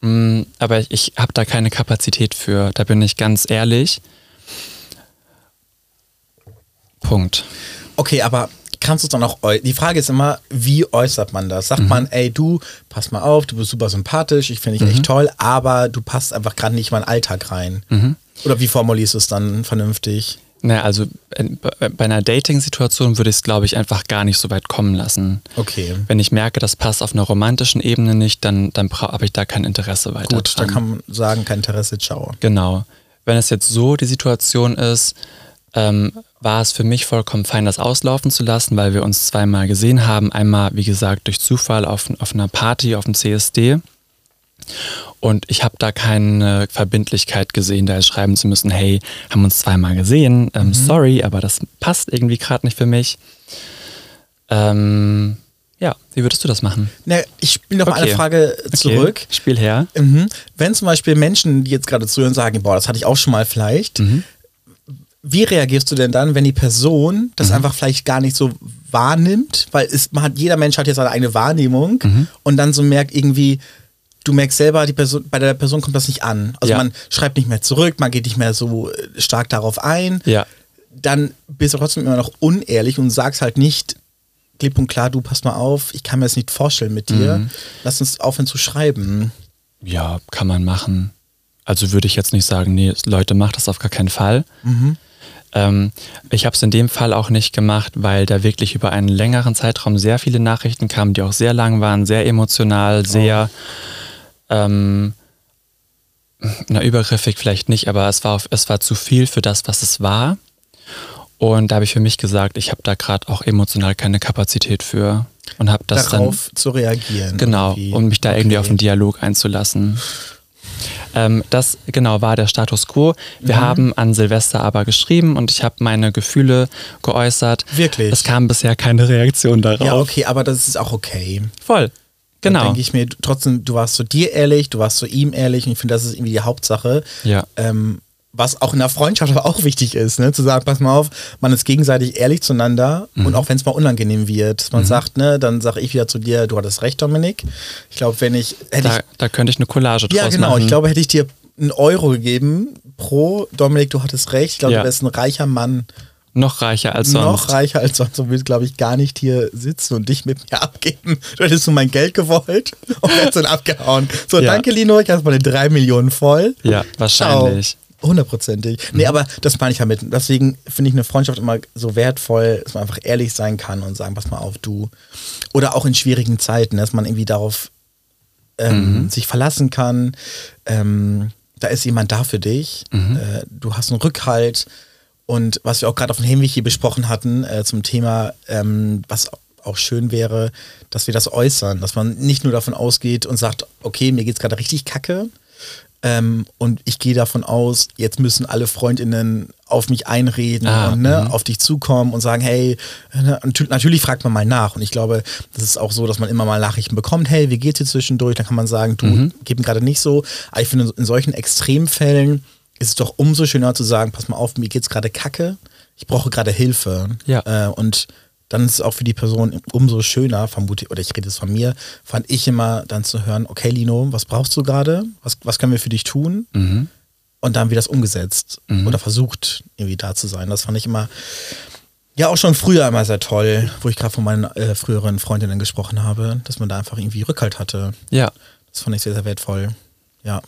Mm, aber ich, ich habe da keine Kapazität für, da bin ich ganz ehrlich. Punkt. Okay, aber kannst du es dann auch äu- Die Frage ist immer, wie äußert man das? Mhm. Sagt man, ey, du, pass mal auf, du bist super sympathisch, ich finde dich Mhm. echt toll, aber du passt einfach gerade nicht in meinen Alltag rein. Mhm. Oder wie formulierst du es dann vernünftig? Naja, also äh, bei bei einer Dating-Situation würde ich es, glaube ich, einfach gar nicht so weit kommen lassen. Okay. Wenn ich merke, das passt auf einer romantischen Ebene nicht, dann, dann habe ich da kein Interesse weiter. Ähm, Gut, dran. dann kann man sagen, kein Interesse, ciao. Genau. Wenn es jetzt so die Situation ist, ähm, war es für mich vollkommen fein, das auslaufen zu lassen, weil wir uns zweimal gesehen haben. Einmal, wie gesagt, durch Zufall auf, auf einer Party, auf dem CSD. Und ich habe da keine Verbindlichkeit gesehen, da jetzt schreiben zu müssen, hey, haben uns zweimal gesehen, ähm, sorry, aber das passt irgendwie gerade nicht für mich. Ähm, ja, wie würdest du das machen? Na, ich spiele noch mal Okay. eine Frage zurück. Okay, Spiel her. Mhm. Wenn zum Beispiel Menschen, die jetzt gerade zuhören, sagen, boah, das hatte ich auch schon mal vielleicht, Mhm. wie reagierst du denn dann, wenn die Person Mhm. das einfach vielleicht gar nicht so wahrnimmt? Weil es, man hat, jeder Mensch hat jetzt seine eigene Wahrnehmung Mhm. und dann so merkt irgendwie, du merkst selber, die Person, bei der Person kommt das nicht an. Also Ja. man schreibt nicht mehr zurück, man geht nicht mehr so äh, stark darauf ein. Ja. Dann bist du trotzdem immer noch unehrlich und sagst halt nicht, klipp und klar, du pass mal auf, ich kann mir das nicht Mhm. vorstellen mit dir. Lass uns aufhören zu schreiben. Ja, kann man machen. Also würde ich jetzt nicht sagen, nee, Leute, macht das auf gar keinen Fall. Ähm, ich habe es in dem Fall auch nicht gemacht, weil da wirklich über einen längeren Zeitraum sehr viele Nachrichten kamen, die auch sehr lang waren, sehr emotional, sehr ähm, na, übergriffig vielleicht nicht, aber es war, auf, es war zu viel für das, was es war. Und da habe ich für mich gesagt, ich habe da gerade auch emotional keine Kapazität für und habe das dann darauf zu reagieren. Genau, irgendwie. um mich da irgendwie Okay. auf den Dialog einzulassen. Ähm, das genau war der Status quo. Mhm. Wir haben an Silvester aber geschrieben und ich habe meine Gefühle geäußert. Wirklich? Es kam bisher keine Reaktion darauf. Ja, okay, aber das ist auch okay. Voll. Dann Genau. denke ich mir, du- trotzdem, du warst zu dir ehrlich, du warst zu ihm ehrlich und ich finde, das ist irgendwie die Hauptsache. Ja. Ähm, was auch in der Freundschaft aber auch wichtig ist, ne? zu sagen, pass mal auf, man ist gegenseitig ehrlich zueinander und Mhm. auch wenn es mal unangenehm wird, dass man sagt, ne, dann sage ich wieder zu dir, du hattest recht, Dominik. Ich glaube, wenn ich, hätte Da, ich, da könnte ich eine Collage draus ja genau, machen. ich glaube, hätte ich dir einen Euro gegeben pro Dominik, du hattest recht. Ich glaube, Ja. du wärst ein reicher Mann, Noch reicher als sonst. noch reicher als sonst und würde, glaube ich, gar nicht hier sitzen und dich mit mir abgeben. Du hättest nur mein Geld gewollt und wärst dann abgehauen. So, Ja. danke, Lino, ich habe meine drei Millionen voll. Ja, wahrscheinlich. Mhm. Ciao. Hundertprozentig. Nee, aber das meine ich damit. Deswegen finde ich eine Freundschaft immer so wertvoll, dass man einfach ehrlich sein kann und sagen, pass mal auf, du. Oder auch in schwierigen Zeiten, ne, dass man irgendwie darauf ähm, sich verlassen kann. Ähm, da ist jemand da für dich. Äh, du hast einen Rückhalt. Und was wir auch gerade auf dem Hinweg hier besprochen hatten, äh, zum Thema, ähm, was auch schön wäre, dass wir das äußern, dass man nicht nur davon ausgeht und sagt, okay, mir geht's gerade richtig kacke. Ähm, und ich gehe davon aus, jetzt müssen alle Freundinnen auf mich einreden Ah, und ne, auf dich zukommen und sagen, hey, ne, und natürlich fragt man mal nach. Und ich glaube, das ist auch so, dass man immer mal Nachrichten bekommt, hey, wie geht's dir zwischendurch? Dann kann man sagen, du, geht mir gerade nicht so. Aber ich finde, in solchen Extremfällen ist es doch umso schöner zu sagen, pass mal auf, mir geht's gerade kacke, ich brauche gerade Hilfe. Ja. Äh, und dann ist es auch für die Person umso schöner, vermute oder ich rede jetzt von mir, fand ich immer dann zu hören, okay Lino, was brauchst du gerade? Was, was können wir für dich tun? Und dann wird das umgesetzt oder versucht, irgendwie da zu sein. Das fand ich immer, ja auch schon früher immer sehr toll, wo ich gerade von meinen äh, früheren Freundinnen gesprochen habe, dass man da einfach irgendwie Rückhalt hatte. Ja. Das fand ich sehr, sehr wertvoll. Ja.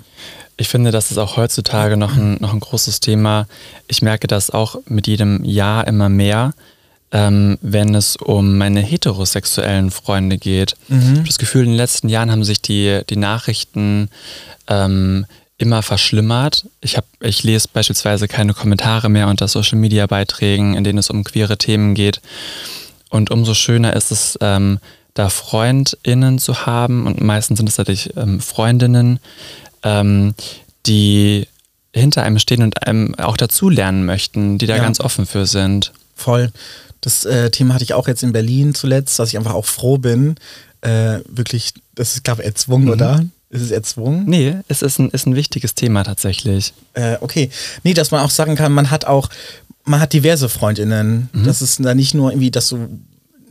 Ich finde, das ist auch heutzutage noch ein, noch ein großes Thema. Ich merke das auch mit jedem Jahr immer mehr, ähm, wenn es um meine heterosexuellen Freunde geht. Ich habe das Gefühl, in den letzten Jahren haben sich die, die Nachrichten ähm, immer verschlimmert. Ich, hab, ich lese beispielsweise keine Kommentare mehr unter Social-Media-Beiträgen, in denen es um queere Themen geht. Und umso schöner ist es, ähm, da FreundInnen zu haben, und meistens sind es natürlich ähm, Freundinnen, ähm, die hinter einem stehen und einem auch dazulernen möchten, die da Ja. ganz offen für sind. Voll. Das äh, Thema hatte ich auch jetzt in Berlin zuletzt, dass ich einfach auch froh bin. Äh, wirklich, das ist, glaube ich, erzwungen, oder? Ist es erzwungen? Nee, es ist ein, ist ein wichtiges Thema tatsächlich. Äh, okay. Nee, dass man auch sagen kann, man hat auch, man hat diverse Freundinnen. Mhm. Das ist da nicht nur irgendwie, dass du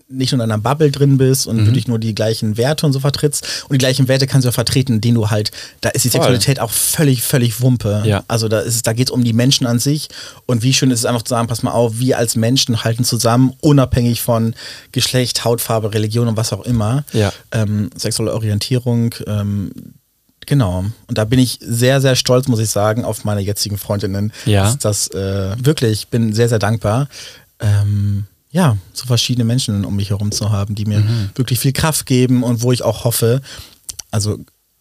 nicht nur in einer Bubble drin bist Mhm. und wirklich nur die gleichen Werte und so vertrittst. Und die gleichen Werte kannst du ja vertreten, den du halt, da ist die Voll. Sexualität auch völlig, völlig Wumpe. Ja. Also da ist es, da geht es um die Menschen an sich. Und wie schön ist es einfach zu sagen, pass mal auf, wir als Menschen halten zusammen, unabhängig von Geschlecht, Hautfarbe, Religion und was auch immer. Ja. Ähm, sexuelle Orientierung, ähm, Genau. Und da bin ich sehr, sehr stolz, muss ich sagen, auf meine jetzigen Freundinnen. Ja. Das, das äh, wirklich, ich bin sehr, sehr dankbar. Ähm, ja, so verschiedene Menschen um mich herum zu haben, die mir Mhm. wirklich viel Kraft geben und wo ich auch hoffe, also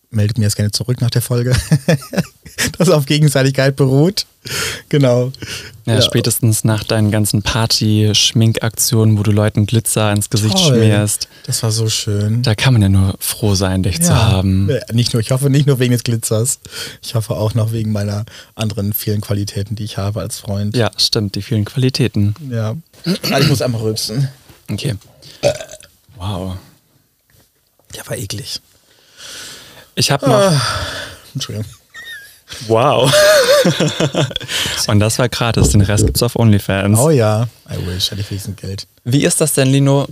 meldet mir jetzt gerne zurück nach der Folge, dass auf Gegenseitigkeit beruht. Genau. Ja, Ja. Spätestens nach deinen ganzen Party-Schminkaktionen, wo du Leuten Glitzer ins Gesicht Toll. schmierst, Das war so schön. da kann man ja nur froh sein, dich zu haben. Ja, Nicht nur, ich hoffe nicht nur wegen des Glitzers. Ich hoffe auch noch wegen meiner anderen vielen Qualitäten, die ich habe als Freund. Ja, stimmt, die vielen Qualitäten. Ja. Also ich muss einmal rülpsen. Okay. Wow. Ja, war eklig. Ich habe noch Ah. Entschuldigung. Wow. Und das war gratis. Den Rest gibt's auf OnlyFans. Oh ja. I wish, hätte ich wenigstens Geld. Wie ist das denn, Lino?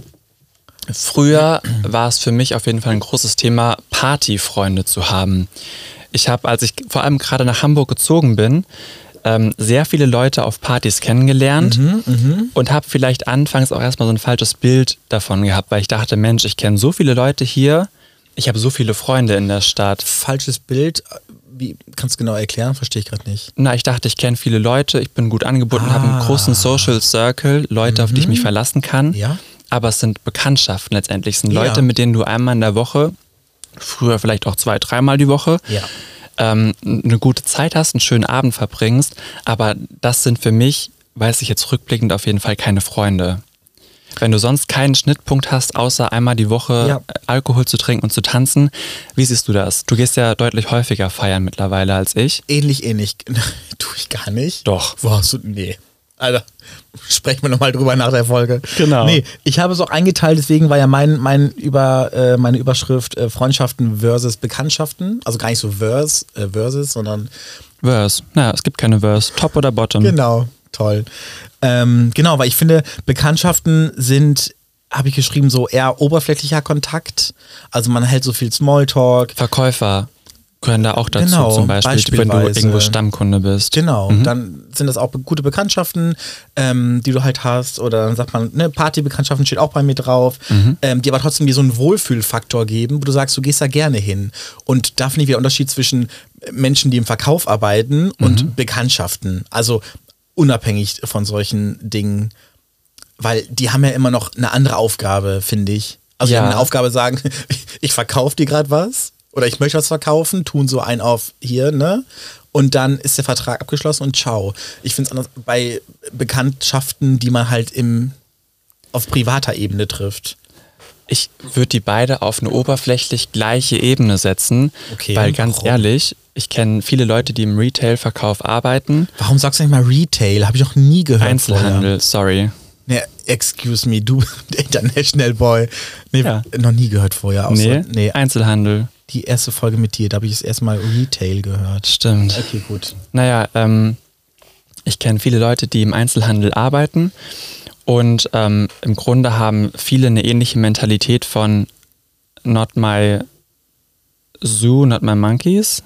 Früher war es für mich auf jeden Fall ein großes Thema, Partyfreunde zu haben. Ich habe, als ich vor allem gerade nach Hamburg gezogen bin, ähm, sehr viele Leute auf Partys kennengelernt und habe vielleicht anfangs auch erstmal so ein falsches Bild davon gehabt, weil ich dachte, Mensch, ich kenne so viele Leute hier, ich habe so viele Freunde in der Stadt. Falsches Bild, wie, kannst du genau erklären? Verstehe ich gerade nicht. Na, ich dachte, ich kenne viele Leute, ich bin gut angebunden, habe einen großen Social Circle, Leute, auf die ich mich verlassen kann. Ah. Mhm. Ja. Aber es sind Bekanntschaften letztendlich. Es sind Ja. Leute, mit denen du einmal in der Woche, früher vielleicht auch zwei, dreimal die Woche, Ja. ähm, eine gute Zeit hast, einen schönen Abend verbringst. Aber das sind für mich, weiß ich jetzt rückblickend auf jeden Fall, keine Freunde. Wenn du sonst keinen Schnittpunkt hast, außer einmal die Woche Ja. Alkohol zu trinken und zu tanzen, wie siehst du das? Du gehst ja deutlich häufiger feiern mittlerweile als ich. Ähnlich, ähnlich. Tue ich gar nicht. Doch. Warst du? Nee. Alter, sprechen wir nochmal drüber nach der Folge. Genau. Nee, ich habe es auch eingeteilt, deswegen war ja mein, mein über, äh, meine Überschrift äh, Freundschaften versus Bekanntschaften. Also gar nicht so verse, äh, versus, sondern Verse. Na, es gibt keine Verse. Top oder Bottom. Genau, toll. Ähm, genau, weil ich finde, Bekanntschaften sind, habe ich geschrieben, so eher oberflächlicher Kontakt. Also man hält so viel Smalltalk. Verkäufer gehören da auch dazu Genau, zum Beispiel, wenn du beispielsweise. irgendwo Stammkunde bist. Genau, dann sind das auch be- gute Bekanntschaften, ähm, die du halt hast. Oder dann sagt man, ne, Partybekanntschaften steht auch bei mir drauf, ähm, die aber trotzdem dir so einen Wohlfühlfaktor geben, wo du sagst, du gehst da gerne hin. Und da finde ich wieder Unterschied zwischen Menschen, die im Verkauf arbeiten und Bekanntschaften. Also unabhängig von solchen Dingen. weil die haben ja immer noch eine andere Aufgabe, finde ich. Also die Ja. haben eine Aufgabe sagen, ich verkaufe dir gerade was oder ich möchte was verkaufen, tun so einen auf hier, ne? Und dann ist der Vertrag abgeschlossen und ciao. Ich finde es anders bei Bekanntschaften, die man halt im auf privater Ebene trifft. Ich würde die beide auf eine oberflächlich gleiche Ebene setzen, Okay. weil ganz Warum? ehrlich, ich kenne viele Leute, die im Retail-Verkauf arbeiten. Warum sagst du nicht mal Retail? Habe ich noch nie gehört. vorher. Einzelhandel, sorry. Nee, excuse me, du der International Boy. Nee, Ja. noch nie gehört vorher. Nee, Außer, nee, Einzelhandel. die erste Folge mit dir, da habe ich es erstmal Retail gehört. Stimmt. Okay, gut. Naja, ähm, ich kenne viele Leute, die im Einzelhandel arbeiten und ähm, im Grunde haben viele eine ähnliche Mentalität von not my zoo, not my monkeys.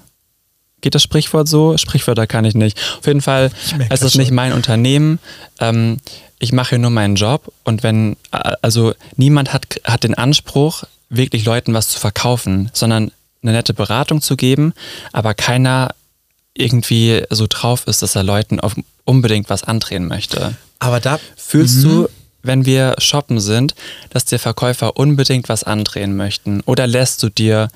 Geht das Sprichwort so? Sprichwörter kann ich nicht. Auf jeden Fall, merk es das ist nicht schon. mein Unternehmen. Ähm, ich mache hier nur meinen Job und wenn, also niemand hat, hat den Anspruch, wirklich Leuten was zu verkaufen, sondern eine nette Beratung zu geben, aber keiner irgendwie so drauf ist, dass er Leuten auf unbedingt was andrehen möchte. Aber da Fühlst Mhm. du, wenn wir shoppen sind, dass dir Verkäufer unbedingt was andrehen möchten? Oder lässt du dir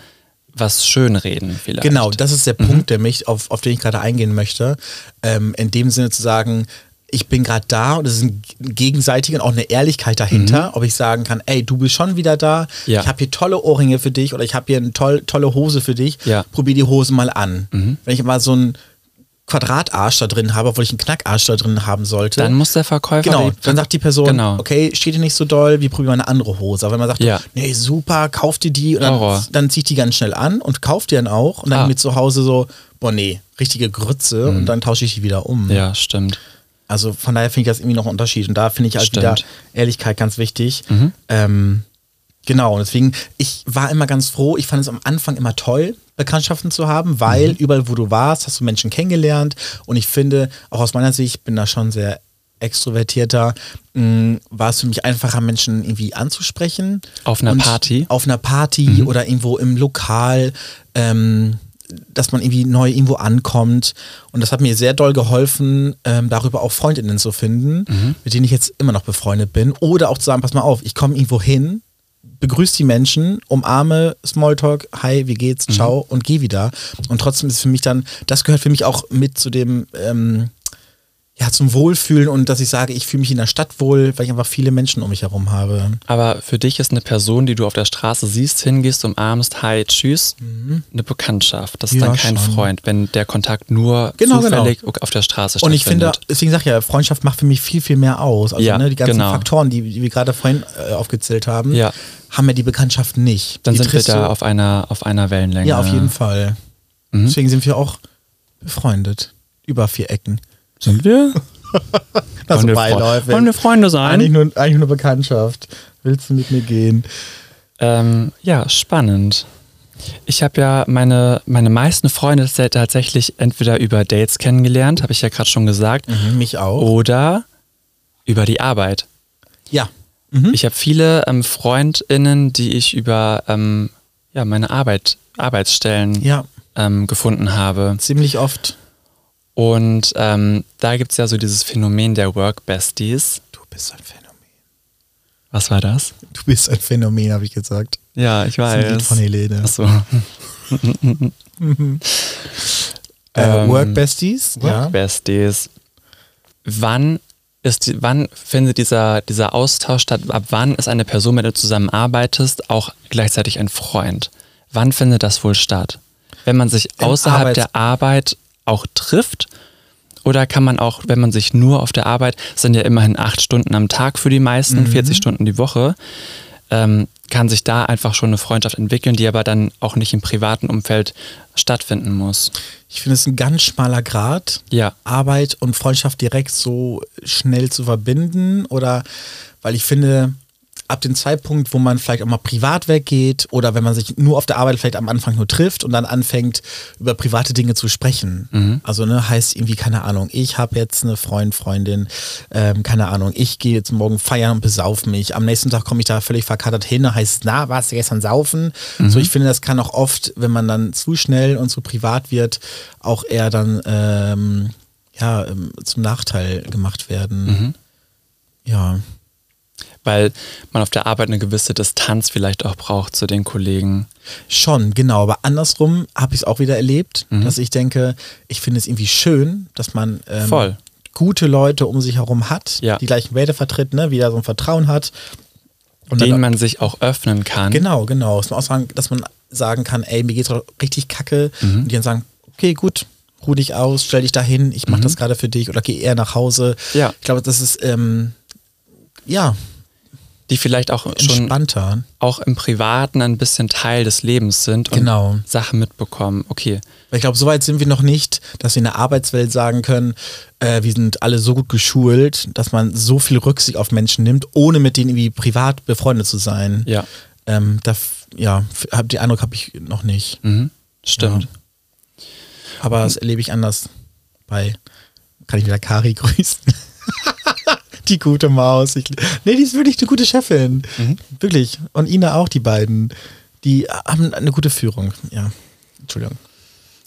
was schönreden vielleicht? Genau, das ist Mhm. der Punkt, der mich, auf, auf den ich gerade eingehen möchte. Ähm, in dem Sinne zu sagen, ich bin gerade da und es ist ein gegenseitige und auch eine Ehrlichkeit dahinter, ob ich sagen kann, ey, du bist schon wieder da, Mhm. Ja. ich habe hier tolle Ohrringe für dich oder ich habe hier eine toll, tolle Hose für dich, Ja. Mhm. probier die Hose mal an. Wenn ich mal so einen Quadratarsch da drin habe, obwohl ich einen Knackarsch da drin haben sollte, Dann muss der Verkäufer. Genau, die- dann sagt die Person, Genau. okay, steht dir nicht so doll, wir probieren mal eine andere Hose. Aber wenn man sagt, Ja. nee, super, kauf dir die, und dann, Horror. dann zieht die ganz schnell an und kauft die dann auch. Und dann Ah. Mhm. mit zu Hause so, boah, nee, richtige Grütze und dann tausche ich die wieder um. Ja, stimmt. Also von daher finde ich das irgendwie noch einen Unterschied. Und da finde ich halt Stimmt. Mhm. wieder Ehrlichkeit ganz wichtig. Ähm, genau, und deswegen, ich war immer ganz froh, ich fand es am Anfang immer toll, Bekanntschaften zu haben, weil Mhm. überall, wo du warst, hast du Menschen kennengelernt. Und ich finde, auch aus meiner Sicht, ich bin da schon sehr extrovertierter, mh, war es für mich einfacher, Menschen irgendwie anzusprechen. Auf einer Und Party? Auf einer Party oder irgendwo im Lokal. Ähm, dass man irgendwie neu irgendwo ankommt. Und das hat mir sehr doll geholfen, ähm, darüber auch Freundinnen zu finden, mit denen ich jetzt immer noch befreundet bin. Oder auch zu sagen, pass mal auf, ich komme irgendwo hin, begrüße die Menschen, umarme Smalltalk, hi, wie geht's, ciao und geh wieder. Und trotzdem ist es für mich dann, das gehört für mich auch mit zu dem, ähm, ja, zum Wohlfühlen und dass ich sage, ich fühle mich in der Stadt wohl, weil ich einfach viele Menschen um mich herum habe. Aber für dich ist eine Person, die du auf der Straße siehst, hingehst, umarmst, hi, tschüss, eine Bekanntschaft. Das ist Mhm. Ja, dann kein schon. Freund, wenn der Kontakt nur Genau, genau. zufällig auf der Straße Und stattfindet. ich finde, deswegen sage ich ja, Freundschaft macht für mich viel, viel mehr aus. Also Ja, ne, die ganzen genau. Faktoren, die, die wir gerade vorhin äh, aufgezählt haben, Ja. haben ja die Bekanntschaft nicht. dann die sind wir triffst da du- auf einer, auf einer Mhm. Wellenlänge. Ja, auf jeden Fall. Deswegen sind wir auch befreundet. Über vier Ecken. Sind wir? Also wollen, wir Fre- wollen wir Freunde sein? Eigentlich nur, eigentlich nur Bekanntschaft. Willst du mit mir gehen? Ähm, ja, spannend. Ich habe ja meine, meine meisten Freunde tats- tatsächlich entweder über Dates kennengelernt, habe ich ja gerade schon gesagt, Mhm, Mich auch. Oh. oder über die Arbeit. Ja. Ich habe viele ähm, Freundinnen, die ich über ähm, ja, meine Arbeit, Arbeitsstellen Ja. ähm, gefunden habe. Ziemlich oft. Und ähm, da gibt es ja so dieses Phänomen der Work-Besties. Du bist ein Phänomen. Was war das? Du bist ein Phänomen, habe ich gesagt. Ja, ich Das ist ein Lied von Helene. Achso. Äh, Ähm, Work Besties? ne? ja. Work-Besties. Wann, ist die, wann findet dieser, dieser Austausch statt? Ab wann ist eine Person, mit der du zusammenarbeitest, auch gleichzeitig ein Freund? Wann findet das wohl statt? Wenn man sich Im außerhalb Arbeits- der Arbeit auch trifft? Oder kann man auch, wenn man sich nur auf der Arbeit, es sind ja immerhin acht Stunden am Tag für die meisten, Mhm. 40 Stunden die Woche, ähm, kann sich da einfach schon eine Freundschaft entwickeln, die aber dann auch nicht im privaten Umfeld stattfinden muss. Ich finde es ein ganz schmaler Grad, Ja. Arbeit und Freundschaft direkt so schnell zu verbinden oder weil ich finde, ab dem Zeitpunkt, wo man vielleicht auch mal privat weggeht oder wenn man sich nur auf der Arbeit vielleicht am Anfang nur trifft und dann anfängt, über private Dinge zu sprechen. Also ne, heißt irgendwie, keine Ahnung, ich habe jetzt eine Freund, Freundin, ähm, keine Ahnung, ich gehe jetzt morgen feiern und besauf mich. Am nächsten Tag komme ich da völlig verkatert hin, da heißt es, na, warst du gestern saufen? So, ich finde, das kann auch oft, wenn man dann zu schnell und zu privat wird, auch eher dann ähm, ja, ähm, zum Nachteil gemacht werden. Mhm. Ja. weil man auf der Arbeit eine gewisse Distanz vielleicht auch braucht zu den Kollegen. Schon, genau. Aber andersrum habe ich es auch wieder erlebt, Mhm. dass ich denke, ich finde es irgendwie schön, dass man ähm, Voll. gute Leute um sich herum hat, Ja. die gleichen Werte vertritt, ne, wieder so ein Vertrauen hat. Und denen dann, man sich auch öffnen kann. genau, genau. Dass man, auch sagen, dass man sagen kann, ey, mir geht's doch richtig kacke. Mhm. Und die dann sagen, okay, gut, ruh dich aus, stell dich dahin, ich mache das gerade für dich oder geh eher nach Hause. Mhm. Ja. Ich glaube, das ist ähm, ja Die vielleicht auch schon entspannter. auch im Privaten ein bisschen Teil des Lebens sind und Genau. Sachen mitbekommen. Okay. Weil ich glaube, so weit sind wir noch nicht, dass wir in der Arbeitswelt sagen können, äh, wir sind alle so gut geschult, dass man so viel Rücksicht auf Menschen nimmt, ohne mit denen irgendwie privat befreundet zu sein. Ja. Ähm, da, f- ja, f- hab, den Eindruck habe ich noch nicht. Mhm. Stimmt. Ja. Aber Mhm. das erlebe ich anders bei, kann ich wieder Kari grüßen. die gute Maus. Ich, nee, die ist wirklich eine gute Chefin. Mhm. Wirklich. Und Ina auch, die beiden. Die haben eine gute Führung. Ja. Entschuldigung.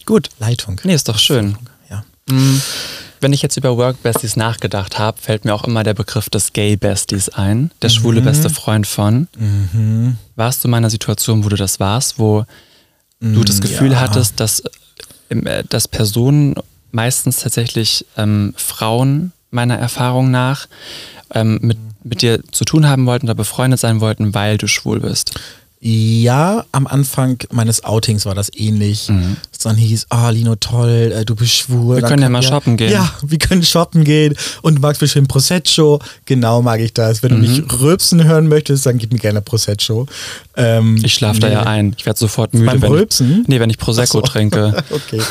Gut. Leitung. Nee, ist doch schön. Ja. Mhm. Wenn ich jetzt über Work-Besties nachgedacht habe, fällt mir auch immer der Begriff des Gay-Besties ein. Mhm. Der schwule beste Freund von. Warst du in meiner Situation, wo du das warst, wo du das Gefühl Mhm, ja. hattest, dass, äh, im, äh, dass Personen, meistens tatsächlich ähm, Frauen meiner Erfahrung nach, ähm, mit, mit dir zu tun haben wollten oder befreundet sein wollten, weil du schwul bist? Ja, am Anfang meines Outings war das ähnlich. Es dann hieß, ah, Lino, toll, äh, du bist schwul. Mhm. Wir Dann können ja kam mal shoppen gehen. Ja, wir können shoppen gehen und du magst bestimmt Prosecco. Genau mag ich das. Wenn du Mhm. mich rülpsen hören möchtest, dann gib mir gerne Prosecco. Ähm, Ich schlafe da ja ein. Ich werde sofort müde. Beim wenn Rülpsen? Ich, nee, wenn ich Prosecco Ach so. trinke. okay.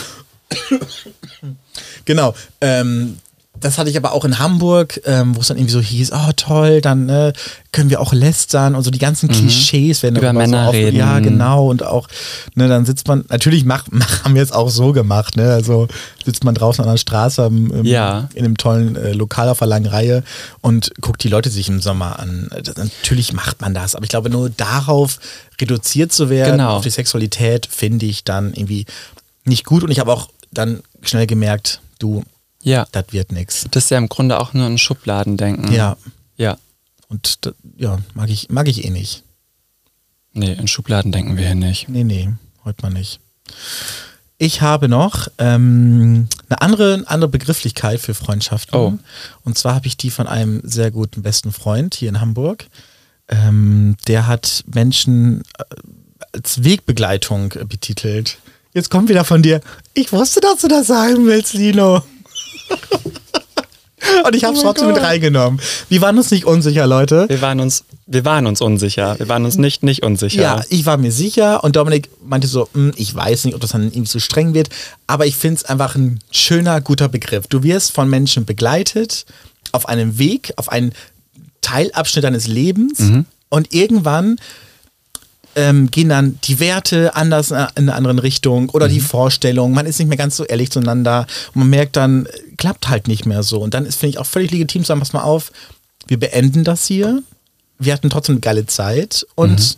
genau. Ähm, das hatte ich aber auch in Hamburg, ähm, wo es dann irgendwie so hieß, oh toll, dann äh, können wir auch lästern und so die ganzen Klischees werden Mhm. Über darüber Männer so offen- reden. Ja, genau. Und auch, ne, dann sitzt man, natürlich mach, mach, haben wir es auch so gemacht, ne? Also sitzt man draußen an der Straße im, im, Ja. in einem tollen äh, Lokal auf der langen Reihe und guckt die Leute sich im Sommer an. Äh, Das, natürlich macht man das, aber ich glaube, nur darauf reduziert zu werden, Genau. Äh, auf die Sexualität, finde ich dann irgendwie nicht gut. Und ich habe auch dann schnell gemerkt, du, Ja. das wird nichts. Das ist ja im Grunde auch nur ein Schubladendenken. Ja. Ja. Und da- ja, mag ich, mag ich eh nicht. Nee, in Schubladen denken wir hier nicht. Nee, nee, heute mal nicht. Ich habe noch ähm, eine andere, andere Begrifflichkeit für Freundschaften. Oh. Und zwar habe ich die von einem sehr guten besten Freund hier in Hamburg. Ähm, der hat Menschen äh, als Wegbegleitung äh, betitelt. Jetzt kommt wieder von dir. Ich wusste, dass du das sagen willst, Lino. Und ich habe es Oh mein trotzdem mit Gott. reingenommen. Wir waren uns nicht unsicher, Leute. Wir waren uns, wir waren uns unsicher. Wir waren uns nicht, nicht unsicher. Ja, ich war mir sicher und Dominik meinte so, "Hm, ich weiß nicht, ob das dann irgendwie so streng wird, aber ich finde es einfach ein schöner, guter Begriff. Du wirst von Menschen begleitet auf einem Weg, auf einen Teilabschnitt deines Lebens und irgendwann ähm, gehen dann die Werte anders in einer anderen Richtung oder die Vorstellung. Man ist nicht mehr ganz so ehrlich zueinander. Und man merkt dann, äh, klappt halt nicht mehr so. Und dann ist, finde ich, auch völlig legitim zu sagen, pass mal auf, wir beenden das hier. Wir hatten trotzdem eine geile Zeit und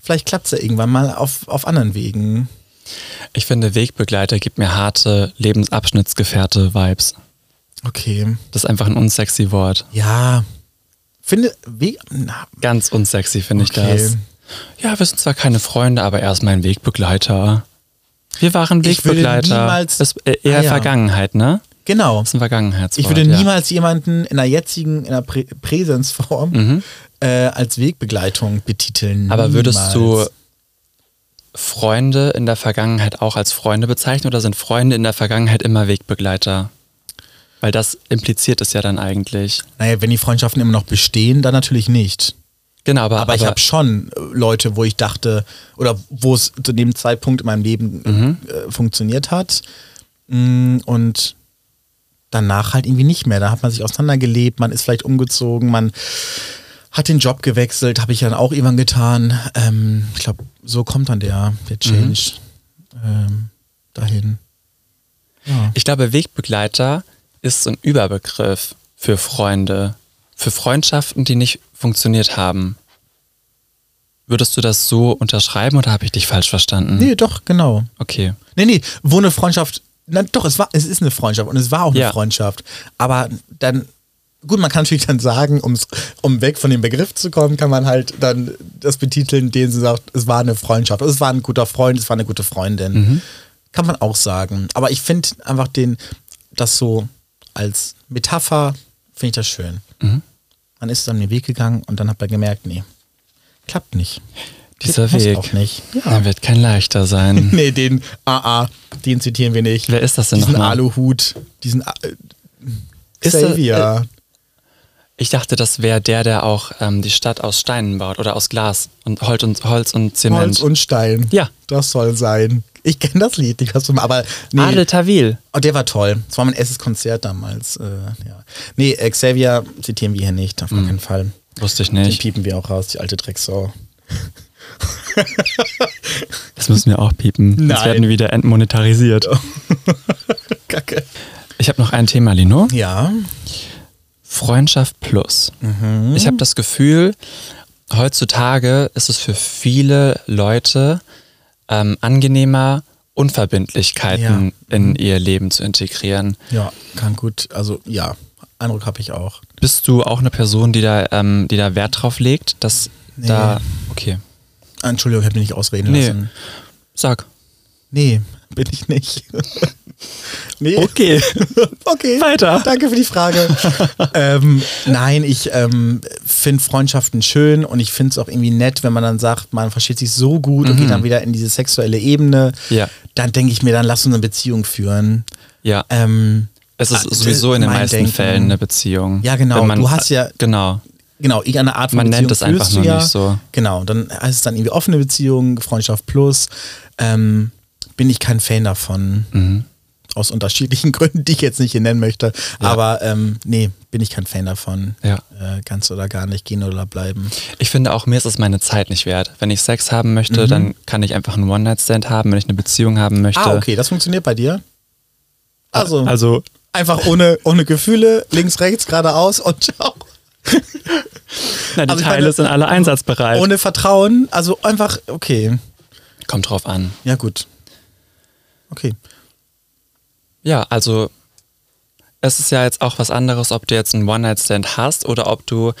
vielleicht klappt es ja irgendwann mal auf, auf anderen Wegen. Ich finde, Wegbegleiter gibt mir harte Lebensabschnittsgefährte-Vibes. Okay. Das ist einfach ein unsexy Wort. Ja. Finde, wie, na, Ganz unsexy finde Okay. ich das. Ja, wir sind zwar keine Freunde, aber er ist mein Wegbegleiter. Wir waren Ich würde Wegbegleiter. niemals- das ist äh, eher Ah, ja. Vergangenheit, ne? genau. Das ist ein Vergangenheitswort. Ich würde ja. niemals jemanden in der jetzigen, in der Prä Präsensform äh, als Wegbegleitung betiteln. Mhm. Aber würdest du Niemals. Freunde in der Vergangenheit auch als Freunde bezeichnen oder sind Freunde in der Vergangenheit immer Wegbegleiter? Weil das impliziert es ja dann eigentlich. Naja, wenn die Freundschaften immer noch bestehen, dann natürlich nicht. Genau, aber, Aber, ich habe schon äh, Leute, wo ich dachte, oder wo es zu dem Zeitpunkt in meinem Leben äh, funktioniert hat. Mm, Und danach halt irgendwie nicht mehr. Da hat man sich auseinandergelebt, man ist vielleicht umgezogen, man hat den Job gewechselt, habe ich dann auch irgendwann getan. Ähm, ich glaube, so kommt dann der, der Change ähm, dahin. Ja. Ich glaube, Wegbegleiter ist so ein Überbegriff für Freunde, für Freundschaften, die nicht funktioniert haben. Würdest du das so unterschreiben oder habe ich dich falsch verstanden? Nee, doch, genau. Okay. Nee, nee, wo eine Freundschaft. Na doch, es, war, es ist eine Freundschaft und es war auch eine Ja. Freundschaft. Aber dann, gut, man kann natürlich dann sagen, um's, um weg von dem Begriff zu kommen, kann man halt dann das betiteln, den sie sagt, es war eine Freundschaft, es war ein guter Freund, es war eine gute Freundin. Mhm. Kann man auch sagen. Aber ich finde einfach den, das so als Metapher, finde ich das schön. Mhm. Man ist dann den Weg gegangen und dann hat man gemerkt, nee, klappt nicht. Dieser Muss Weg. Auch nicht. Er wird kein leichter sein. Nee, den AA, den zitieren wir nicht. Wer ist das denn Diesen nochmal? Aluhut, diesen A- äh, Ist äh, er- Xavier. Ich dachte, das wäre der, der auch ähm, die Stadt aus Steinen baut oder aus Glas und Holz und, Holz und Zement. Holz und Stein. Ja. Das soll sein. Ich kenne das Lied nicht, was du aber nee. Adel Tawil. Oh, der war toll. Das war mein erstes Konzert damals. Äh, ja. Nee, äh, Xavier zitieren wir hier nicht, auf gar keinen Fall. Wusste ich Den Hm. nicht. piepen wir auch raus, die alte Drecksau. Das müssen wir auch piepen. Sonst Nein. werden wir wieder entmonetarisiert. Kacke. Ich habe noch ein Thema, Lino. Ja. Freundschaft plus. Mhm. Ich habe das Gefühl, heutzutage ist es für viele Leute ähm, angenehmer, Unverbindlichkeiten Mhm. in ihr Leben zu integrieren. Ja, kann gut. Also, ja. Eindruck habe ich auch. Bist du auch eine Person, die da, ähm, die da Wert drauf legt, dass Nee. da. Okay. Entschuldigung, ich habe mich nicht ausreden Nee. lassen. Sag. Nee, bin ich nicht. nee. Okay. Okay. Weiter. Danke für die Frage. ähm, nein, ich ähm, finde Freundschaften schön und ich finde es auch irgendwie nett, wenn man dann sagt, man versteht sich so gut und geht dann wieder in diese sexuelle Ebene. Mhm. Ja. Dann denke ich mir, dann lass uns eine Beziehung führen. Ja. Ähm, es ist ah, sowieso in den mein meisten Denken. Fällen eine Beziehung. Ja, genau. Wenn man- Du hast ja- Genau. Genau, irgendeine Art von Man nennt Beziehung es einfach führst du nur ja. nicht so. Genau, dann heißt es dann irgendwie offene Beziehung, Freundschaft plus. Ähm, bin ich kein Fan davon. Mhm. Aus unterschiedlichen Gründen, die ich jetzt nicht hier nennen möchte. Aber ähm, nee, bin ich kein Fan davon. Ja. Äh, ganz oder gar nicht, gehen oder bleiben. Ich finde auch, mir ist es meine Zeit nicht wert. Wenn ich Sex haben Mhm. möchte, dann kann ich einfach einen One-Night-Stand haben, wenn ich eine Beziehung haben möchte. Ah, okay, das funktioniert bei dir. Also, Also, einfach ohne, ohne Gefühle, links, rechts, geradeaus und ciao. na, die Also ich Teile meine- sind alle einsatzbereit. Ohne Vertrauen, also einfach, okay. Kommt drauf an. Ja, gut. Okay. Ja, also es ist ja jetzt auch was anderes, ob du jetzt einen One-Night-Stand hast oder ob du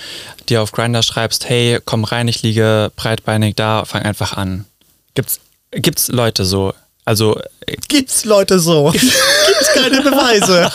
dir auf Grinder schreibst, hey, komm rein, ich liege breitbeinig da, fang einfach an. Gibt's, gibt's Leute so? Also, äh, Gibt's Leute so? Gibt's keine Beweise?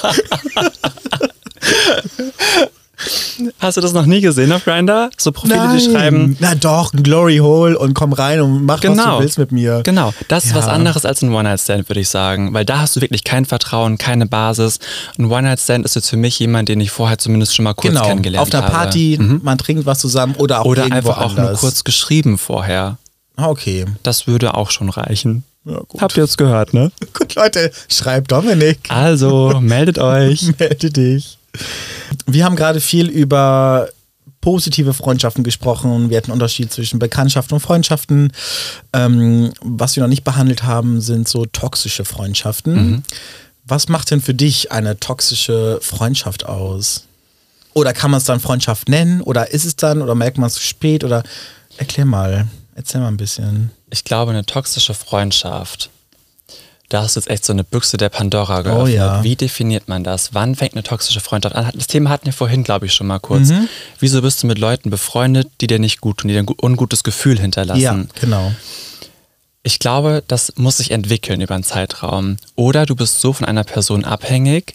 hast du das noch nie gesehen auf Grinder? So Profile, die schreiben, Na doch, ein Glory Hole und komm rein und mach was Genau. du willst mit mir. Genau. Das ist Ja. was anderes als ein One-Night-Stand, würde ich sagen. Weil da hast du wirklich kein Vertrauen, keine Basis. Ein One-Night-Stand ist jetzt für mich jemand, den ich vorher zumindest schon mal kurz Genau. kennengelernt Auf habe. einer Party, man trinkt was zusammen oder auch Oder irgendwo einfach auch anders. nur kurz geschrieben vorher. Ah, okay. Das würde auch schon reichen. Ja, gut. Habt ihr jetzt gehört, ne? Gut, Leute, schreib Dominik. Also, meldet euch. Melde dich. Wir haben gerade viel über positive Freundschaften gesprochen und wir hatten Unterschied zwischen Bekanntschaften und Freundschaften. Ähm, was wir noch nicht behandelt haben, sind so toxische Freundschaften. Mhm. Was macht denn für dich eine toxische Freundschaft aus? Oder kann man es dann Freundschaft nennen? Oder ist es dann? Oder merkt man es zu spät? Oder erklär mal, erzähl mal ein bisschen. Ich glaube, eine toxische Freundschaft Da hast du jetzt echt so eine Büchse der Pandora geöffnet. Oh ja. Wie definiert man das? Wann fängt eine toxische Freundschaft an? Das Thema hatten wir vorhin, glaube ich, schon mal kurz. Wieso bist du mit Leuten befreundet, die dir nicht gut tun, die dir ein gu- ungutes Gefühl hinterlassen? Ja, genau. Ich glaube, das muss sich entwickeln über einen Zeitraum. Oder du bist so von einer Person abhängig,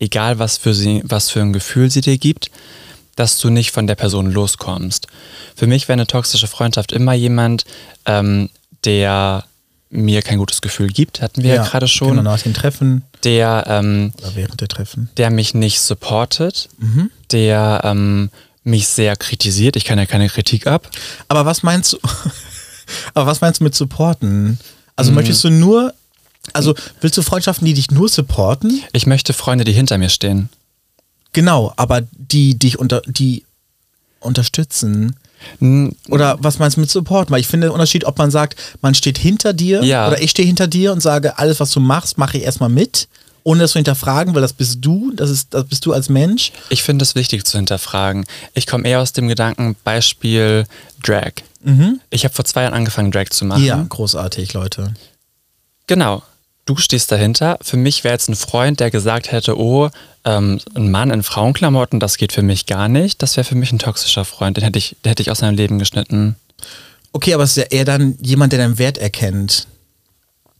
egal was für, sie, was für ein Gefühl sie dir gibt, dass du nicht von der Person loskommst. Für mich wäre eine toxische Freundschaft immer jemand, ähm, der mir kein gutes Gefühl gibt, hatten wir ja, gerade schon, Genau, nach den Treffen der ähm, oder während der Treffen. der mich nicht supportet, der ähm, mich sehr kritisiert. Ich kann ja keine Kritik ab. Aber was meinst du? aber was meinst du mit supporten? Also möchtest du nur, also willst du Freundschaften, die dich nur supporten? Ich möchte Freunde, die hinter mir stehen. Genau, aber die dich unter, die unterstützen. N- Oder was meinst du mit Support? Weil ich finde den Unterschied, ob man sagt, man steht hinter dir Ja. oder ich stehe hinter dir und sage, alles, was du machst, mache ich erstmal mit, ohne das zu hinterfragen, weil das bist du, das, ist, das bist du als Mensch. Ich finde es wichtig zu hinterfragen. Ich komme eher aus dem Gedanken, Beispiel Drag. Ich habe vor zwei Jahren angefangen, Drag zu machen. Ja, großartig, Leute. Genau. Du stehst dahinter. Für mich wäre jetzt ein Freund, der gesagt hätte, oh, ähm, ein Mann in Frauenklamotten, das geht für mich gar nicht. Das wäre für mich ein toxischer Freund. Den hätte ich, den hätte ich aus meinem Leben geschnitten. Okay, aber es ist ja eher dann jemand, der deinen Wert erkennt.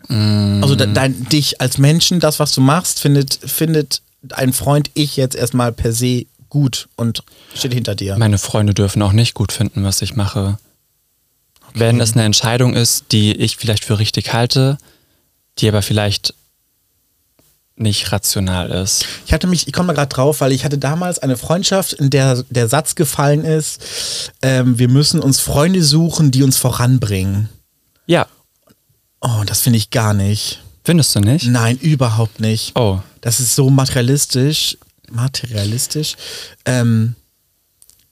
Also de dein, dich als Menschen, das, was du machst, findet, findet ein Freund ich jetzt erstmal per se gut und steht hinter dir. Meine Freunde dürfen auch nicht gut finden, was ich mache. Wenn es eine Entscheidung ist, die ich vielleicht für richtig halte, die aber vielleicht nicht rational ist. Ich hatte mich, ich komme da gerade drauf, weil ich hatte damals eine Freundschaft, in der der Satz gefallen ist, ähm, wir müssen uns Freunde suchen, die uns voranbringen. Ja, Oh, das finde ich gar nicht. findest du nicht? Nein, überhaupt nicht. Oh, Das ist so materialistisch. Materialistisch. Ähm,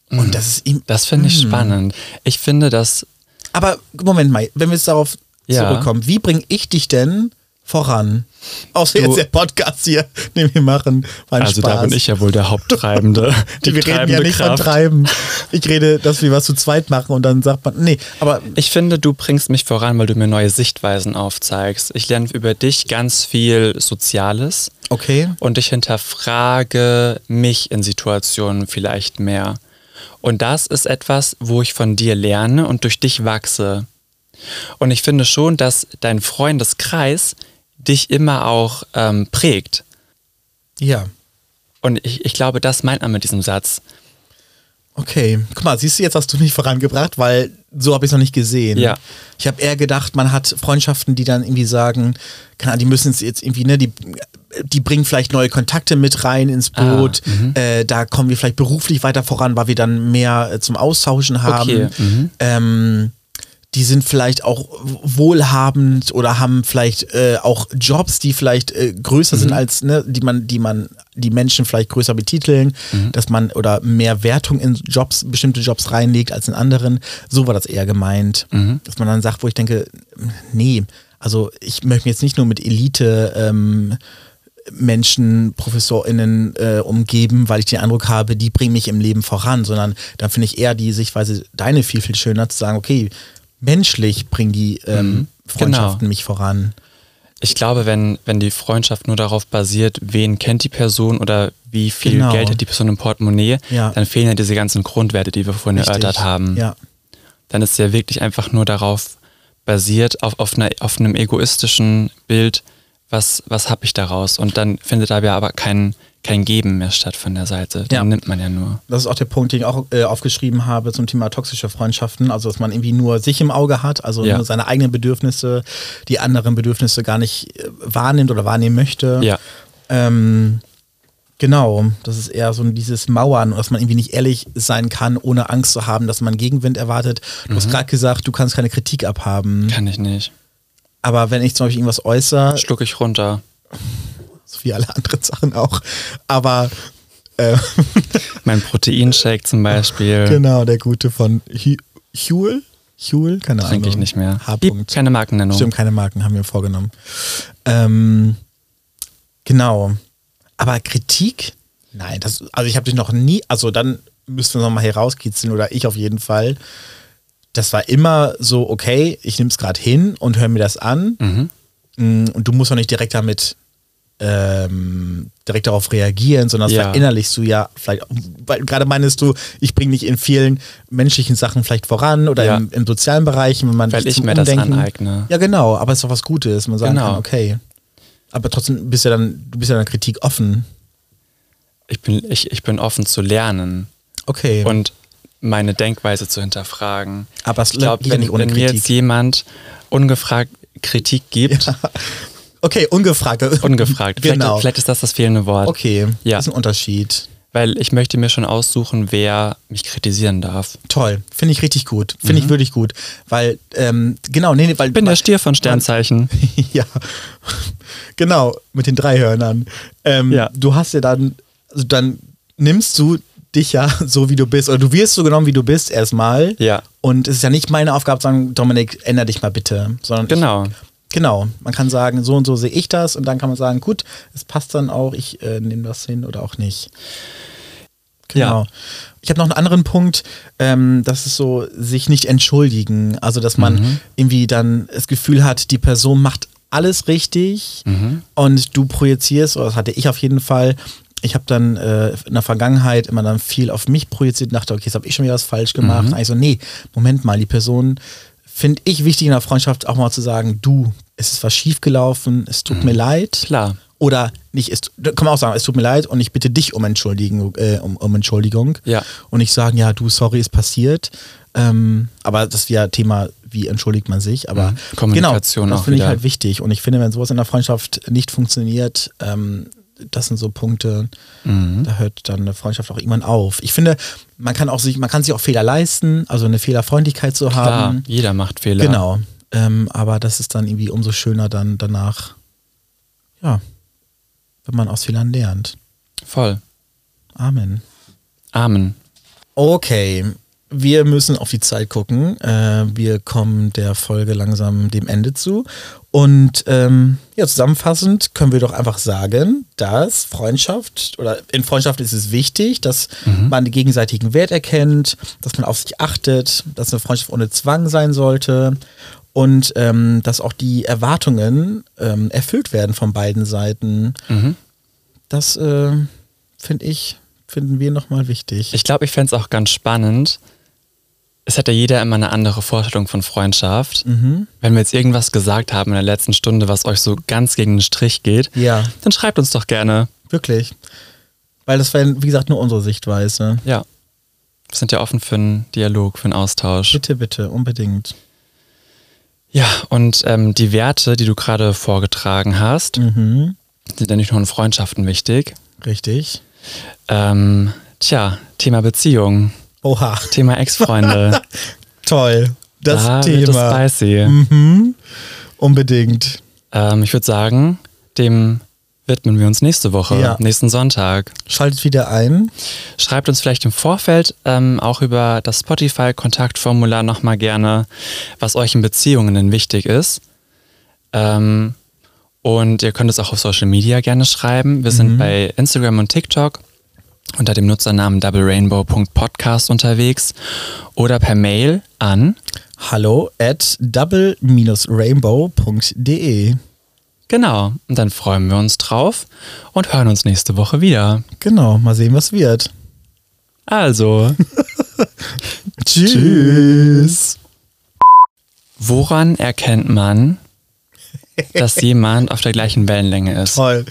Und das ist ihm. das finde ich spannend. Ich finde, dass Aber Moment mal, wenn wir jetzt darauf Ja. zurückkommen, wie bringe ich dich denn voran? Außer Du- jetzt der Podcast hier, den wir machen. War ein also Spaß. da bin ich ja wohl der Haupttreibende. Die wir reden treibende ja nicht Kraft. von Treiben. Ich rede, dass wir was zu zweit machen und dann sagt man, nee, aber Ich finde, du bringst mich voran, weil du mir neue Sichtweisen aufzeigst. Ich lerne über dich ganz viel Soziales okay. und ich hinterfrage mich in Situationen vielleicht mehr. Und das ist etwas, wo ich von dir lerne und durch dich wachse. Und ich finde schon, dass dein Freundeskreis dich immer auch ähm, prägt. Ja, Und ich, ich glaube, das meint man mit diesem Satz. okay. Guck mal, siehst du, jetzt hast du mich vorangebracht, weil so habe ich es noch nicht gesehen. Ja. Ich habe eher gedacht, man hat Freundschaften, die dann irgendwie sagen, keine Ahnung, die müssen es jetzt irgendwie, ne, die, die bringen vielleicht neue Kontakte mit rein ins Ah, Boot. äh, da kommen wir vielleicht beruflich weiter voran, weil wir dann mehr äh, zum Austauschen haben. Okay, mhm. Ähm, die sind vielleicht auch wohlhabend oder haben vielleicht äh, auch Jobs, die vielleicht äh, größer Mhm. sind als, ne, die man, die man, die Menschen vielleicht größer betiteln, Mhm. dass man oder mehr Wertung in Jobs, bestimmte Jobs reinlegt als in anderen. So war das eher gemeint. Mhm. Dass man dann sagt, wo ich denke, nee, also ich möchte mich jetzt nicht nur mit Elite ähm, Menschen, ProfessorInnen äh, umgeben, weil ich den Eindruck habe, die bringen mich im Leben voran, sondern dann finde ich eher die Sichtweise deine viel, viel schöner zu sagen, okay, menschlich bringen die ähm, Freundschaften genau. mich voran. Ich glaube, wenn, wenn die Freundschaft nur darauf basiert, wen kennt die Person oder wie viel Genau. Geld hat die Person im Portemonnaie, Ja. dann fehlen ja diese ganzen Grundwerte, die wir vorhin erörtert haben. Ja, Dann ist ja wirklich einfach nur darauf basiert, auf, auf, einer, auf einem egoistischen Bild, was, was habe ich daraus? Und dann findet dabei aber kein, kein Geben mehr statt von der Seite. Den Ja. nimmt man ja nur. das ist auch der Punkt, den ich auch äh, aufgeschrieben habe zum Thema toxische Freundschaften, also dass man irgendwie nur sich im Auge hat, also Ja. nur seine eigenen Bedürfnisse, die anderen Bedürfnisse gar nicht äh, wahrnimmt oder wahrnehmen möchte. Ja. Ähm, genau, das ist eher so ein- dieses Mauern, dass man irgendwie nicht ehrlich sein kann, ohne Angst zu haben, dass man Gegenwind erwartet. Du Mhm. hast gerade gesagt, du kannst keine Kritik abhaben. Kann ich nicht. Aber wenn ich zum Beispiel irgendwas äußere, Schluck ich runter. so wie alle anderen Sachen auch, aber äh, Mein Proteinshake zum Beispiel. genau, der Gute von Hu- Huel, Huel, keine Ahnung. Trinke ich nicht mehr. Piep, H-Punkt. Keine Markennennung. Stimmt, keine Marken haben wir vorgenommen. Ähm, genau. Aber Kritik? Nein, das, also ich habe dich noch nie, also dann müssen wir nochmal herauskitzeln oder ich auf jeden Fall. Das war immer so, okay, ich nehme es gerade hin und höre mir das an. mh, und du musst auch nicht direkt damit ähm, direkt darauf reagieren, sondern das Ja. verinnerlichst du ja vielleicht, weil gerade meinst du, ich bringe dich in vielen menschlichen Sachen vielleicht voran oder Ja. im, im sozialen Bereich, wenn man Weil sich ich zum mir das Umdenken- aneigne. Ja, genau, aber es ist doch was Gutes, man sagt, Genau. kann, okay. Aber trotzdem bist ja dann, du bist ja dann Kritik offen. Ich bin, ich, ich bin offen zu lernen Okay. und meine Denkweise zu hinterfragen. aber es Ich glaube, geht ja wenn, nicht ohne wenn mir jetzt Kritik. jemand ungefragt Kritik gibt, Okay, ungefragt. ungefragt, vielleicht, genau. vielleicht ist das das fehlende Wort, okay, Ja. ist ein Unterschied. weil ich möchte mir schon aussuchen, wer mich kritisieren darf. Toll, finde ich richtig gut, finde ich wirklich gut, weil ähm, genau, nee, nee, weil Ich Mhm. bin der weil- Stier von Sternzeichen. ja, genau, mit den drei Hörnern. Ähm, Ja. Du hast ja dann, also dann nimmst du dich ja so, wie du bist, oder du wirst so genommen, wie du bist, erstmal. Ja. Und es ist ja nicht meine Aufgabe zu sagen, Dominik, änder dich mal bitte. Sondern Genau. Ich, genau. Man kann sagen, so und so sehe ich das und dann kann man sagen, gut, es passt dann auch, ich äh, nehme das hin oder auch nicht. Genau. Ja. Ich habe noch einen anderen Punkt, ähm, das ist so, sich nicht entschuldigen. Also, dass man irgendwie dann das Gefühl hat, die Person macht alles richtig und du projizierst, oder das hatte ich auf jeden Fall. Ich habe dann äh, in der Vergangenheit immer dann viel auf mich projiziert und dachte, okay, jetzt habe ich schon wieder was falsch gemacht. Eigentlich so, nee, Moment mal, die Person finde ich wichtig in der Freundschaft auch mal zu sagen, du, es ist was schiefgelaufen, es tut mir leid. Klar. Oder nicht, es, da kann man auch sagen, es tut mir leid und ich bitte dich um, Entschuldigen, äh, um, um Entschuldigung. Ja. Und ich sagen, ja, du, sorry, ist passiert. Ähm, aber das ist ja Thema, wie entschuldigt man sich. Aber Mhm. Kommunikation genau, auch das finde ich wieder. halt wichtig. Und ich finde, wenn sowas in der Freundschaft nicht funktioniert, ähm, das sind so Punkte, Mhm. da hört dann eine Freundschaft auch irgendwann auf. Ich finde, man kann auch sich, man kann sich auch Fehler leisten, also eine Fehlerfreundlichkeit zu Klar, haben. jeder macht Fehler. Genau. Ähm, aber das ist dann irgendwie umso schöner dann danach, ja, wenn man aus Fehlern lernt. Voll. Amen. Amen. Okay, wir müssen auf die Zeit gucken. Äh, wir kommen der Folge langsam dem Ende zu. Und ähm, ja, zusammenfassend können wir doch einfach sagen, dass Freundschaft oder in Freundschaft ist es wichtig, dass man den gegenseitigen Wert erkennt, dass man auf sich achtet, dass eine Freundschaft ohne Zwang sein sollte und ähm, dass auch die Erwartungen ähm, erfüllt werden von beiden Seiten. Das äh, finde ich, finden wir nochmal wichtig. Ich glaube, ich fände es auch ganz spannend. Es hat ja jeder immer eine andere Vorstellung von Freundschaft. Mhm. Wenn wir jetzt irgendwas gesagt haben in der letzten Stunde, was euch so ganz gegen den Strich geht, Ja. dann schreibt uns doch gerne. Wirklich. Weil das war, wie gesagt, nur unsere Sichtweise. Ja. Wir sind ja offen für einen Dialog, für einen Austausch. Bitte, bitte, unbedingt. Ja, und ähm, die Werte, die du gerade vorgetragen hast, Mhm. sind ja nicht nur in Freundschaften wichtig. Richtig. Ähm, tja, Thema Beziehung, Oha, Thema Ex-Freunde. toll. Das da Wird Thema. es spicy. Mhm. Unbedingt. Ähm, ich würde sagen, dem widmen wir uns nächste Woche, Ja. nächsten Sonntag. Schaltet wieder ein. Schreibt uns vielleicht im Vorfeld ähm, auch über das Spotify-Kontaktformular nochmal gerne, was euch in Beziehungen denn wichtig ist. Ähm, und ihr könnt es auch auf Social Media gerne schreiben. Wir sind bei Instagram und TikTok unter dem Nutzernamen doublerainbow.podcast unterwegs oder per Mail an. Hallo at double-rainbow.de. Genau. Und dann freuen wir uns drauf und hören uns nächste Woche wieder. Genau, mal sehen, was wird. Also. Tschüss. Woran erkennt man, dass jemand auf der gleichen Wellenlänge ist? Toll.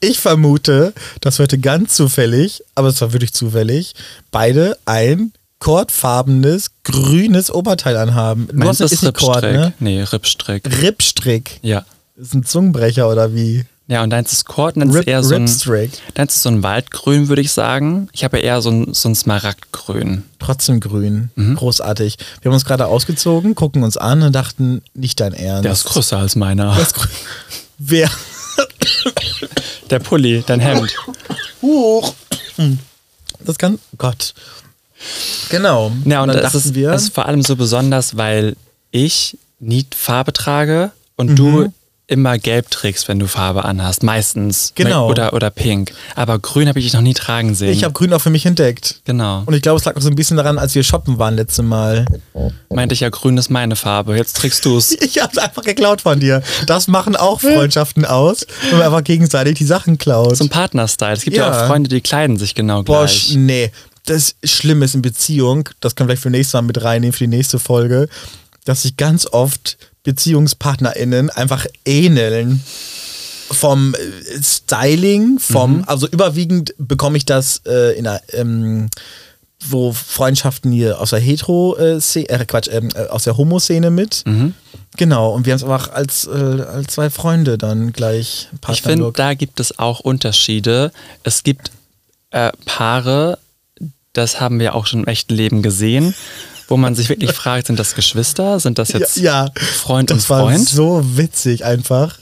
Ich vermute, dass heute ganz zufällig, aber es war wirklich zufällig, beide ein kordfarbenes, grünes Oberteil anhaben. Du Meins hast ist nicht Kord, Rippstrick. ne? Nee, Rippstrick. Rippstrick. Ja. Ist ein Zungenbrecher oder wie? Ja, und deins ist Kord, deins ist Rip, eher so ein, Ripstrick. deins ist so ein Waldgrün, würde ich sagen. Ich habe ja eher so ein, so ein Smaragdgrün. Trotzdem grün. Mhm. Großartig. Wir haben uns gerade ausgezogen, gucken uns an und dachten, nicht dein Ernst. Der ist größer als meiner. Der ist grün. Wer? Der Pulli, dein Hemd. Huch. Das kann. oh Gott. Genau. Ja, und dann das dachten ist, wir. Mhm. das ist vor allem so besonders, weil ich nie Farbe trage und du immer gelb trägst, wenn du Farbe anhast. Meistens. Genau. Oder, oder pink. Aber grün habe ich dich noch nie tragen sehen. Ich habe grün auch für mich entdeckt. Genau. Und ich glaube, es lag auch so ein bisschen daran, als wir shoppen waren letzte Mal. Meinte ich ja, grün ist meine Farbe. Jetzt trägst du es. Ich hab's einfach geklaut von dir. Das machen auch Freundschaften aus, wenn man einfach gegenseitig die Sachen klaut. Zum Partner-Style. Es gibt ja. Ja. auch Freunde, die kleiden sich genau Boah, gleich. sch- nee. Das Schlimme ist in Beziehung, das können wir vielleicht für nächstes Mal mit reinnehmen, für die nächste Folge, dass sich ganz oft BeziehungspartnerInnen einfach ähneln. Vom äh, Styling, Mhm. vom, also überwiegend bekomme ich das äh, in einer, ähm, wo Freundschaften hier aus der hetero äh, Szene- äh, Quatsch, ähm, äh, aus der Homo-Szene mit. Mhm. Genau, und wir haben es einfach als, äh, als zwei Freunde dann gleich Ich finde, Partnerlook. da gibt es auch Unterschiede. Es gibt äh, Paare, das haben wir auch schon im echten Leben gesehen, wo man sich wirklich fragt, sind das Geschwister? Sind das jetzt ja, Freund und das war Freund? so witzig einfach.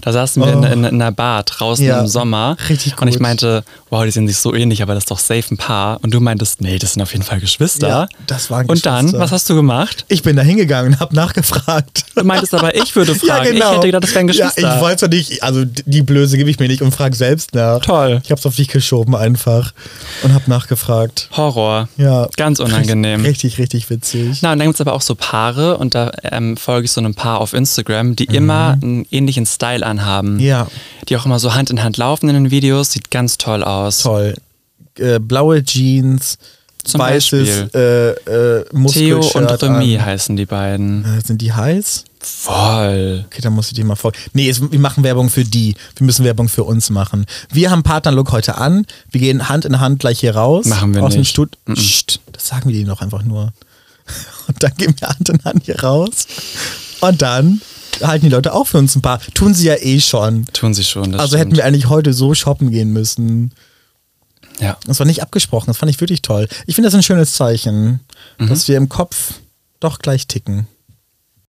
Da saßen wir in, in, in einer Bar draußen Oh. Ja, im Sommer. richtig Und ich gut. meinte, wow, die sehen sich so ähnlich, aber das ist doch safe ein Paar. Und du meintest, nee, das sind auf jeden Fall Geschwister. Ja, das waren Und dann, Geschwister. was hast du gemacht? Ich bin da hingegangen und habe nachgefragt. genau. Du meintest aber, ich würde fragen. Ich hätte gedacht, das wären Geschwister. Ja, ich wollte doch nicht, also d- die Blöße gebe ich mir nicht und frage selbst nach. Toll. Ich habe es auf dich geschoben einfach und habe nachgefragt. Horror. Ja. Ganz unangenehm. Richtig, richtig witzig. Na, Genau, und dann gibt es aber auch so Paare, und da ähm, folge ich so einem Paar auf Instagram, die immer einen ähnlichen Style anhaben. Mhm. Ja. Die auch immer so Hand in Hand laufen in den Videos, sieht ganz toll aus. Toll. Äh, blaue Jeans, Zum weißes äh, äh, Theo Muskelshirt und Remy an. heißen die beiden. Äh, Sind die heiß? Voll. Okay, dann musst du dir mal folgen. Nee, es, wir machen Werbung für die. Wir müssen Werbung für uns machen. Wir haben Partnerlook heute an. Wir gehen Hand in Hand gleich hier raus. Machen wir aus Dem nicht. Stud Psst, das sagen wir denen doch einfach nur. Und dann gehen wir Hand in Hand hier raus. Und dann halten die Leute auch für uns ein paar. Tun sie ja eh schon. Tun sie schon. Das Also stimmt. hätten wir eigentlich heute so shoppen gehen müssen. Ja. Das war nicht abgesprochen. Mhm. Das fand ich wirklich toll. Ich finde das ein schönes Zeichen, dass wir im Kopf doch gleich ticken.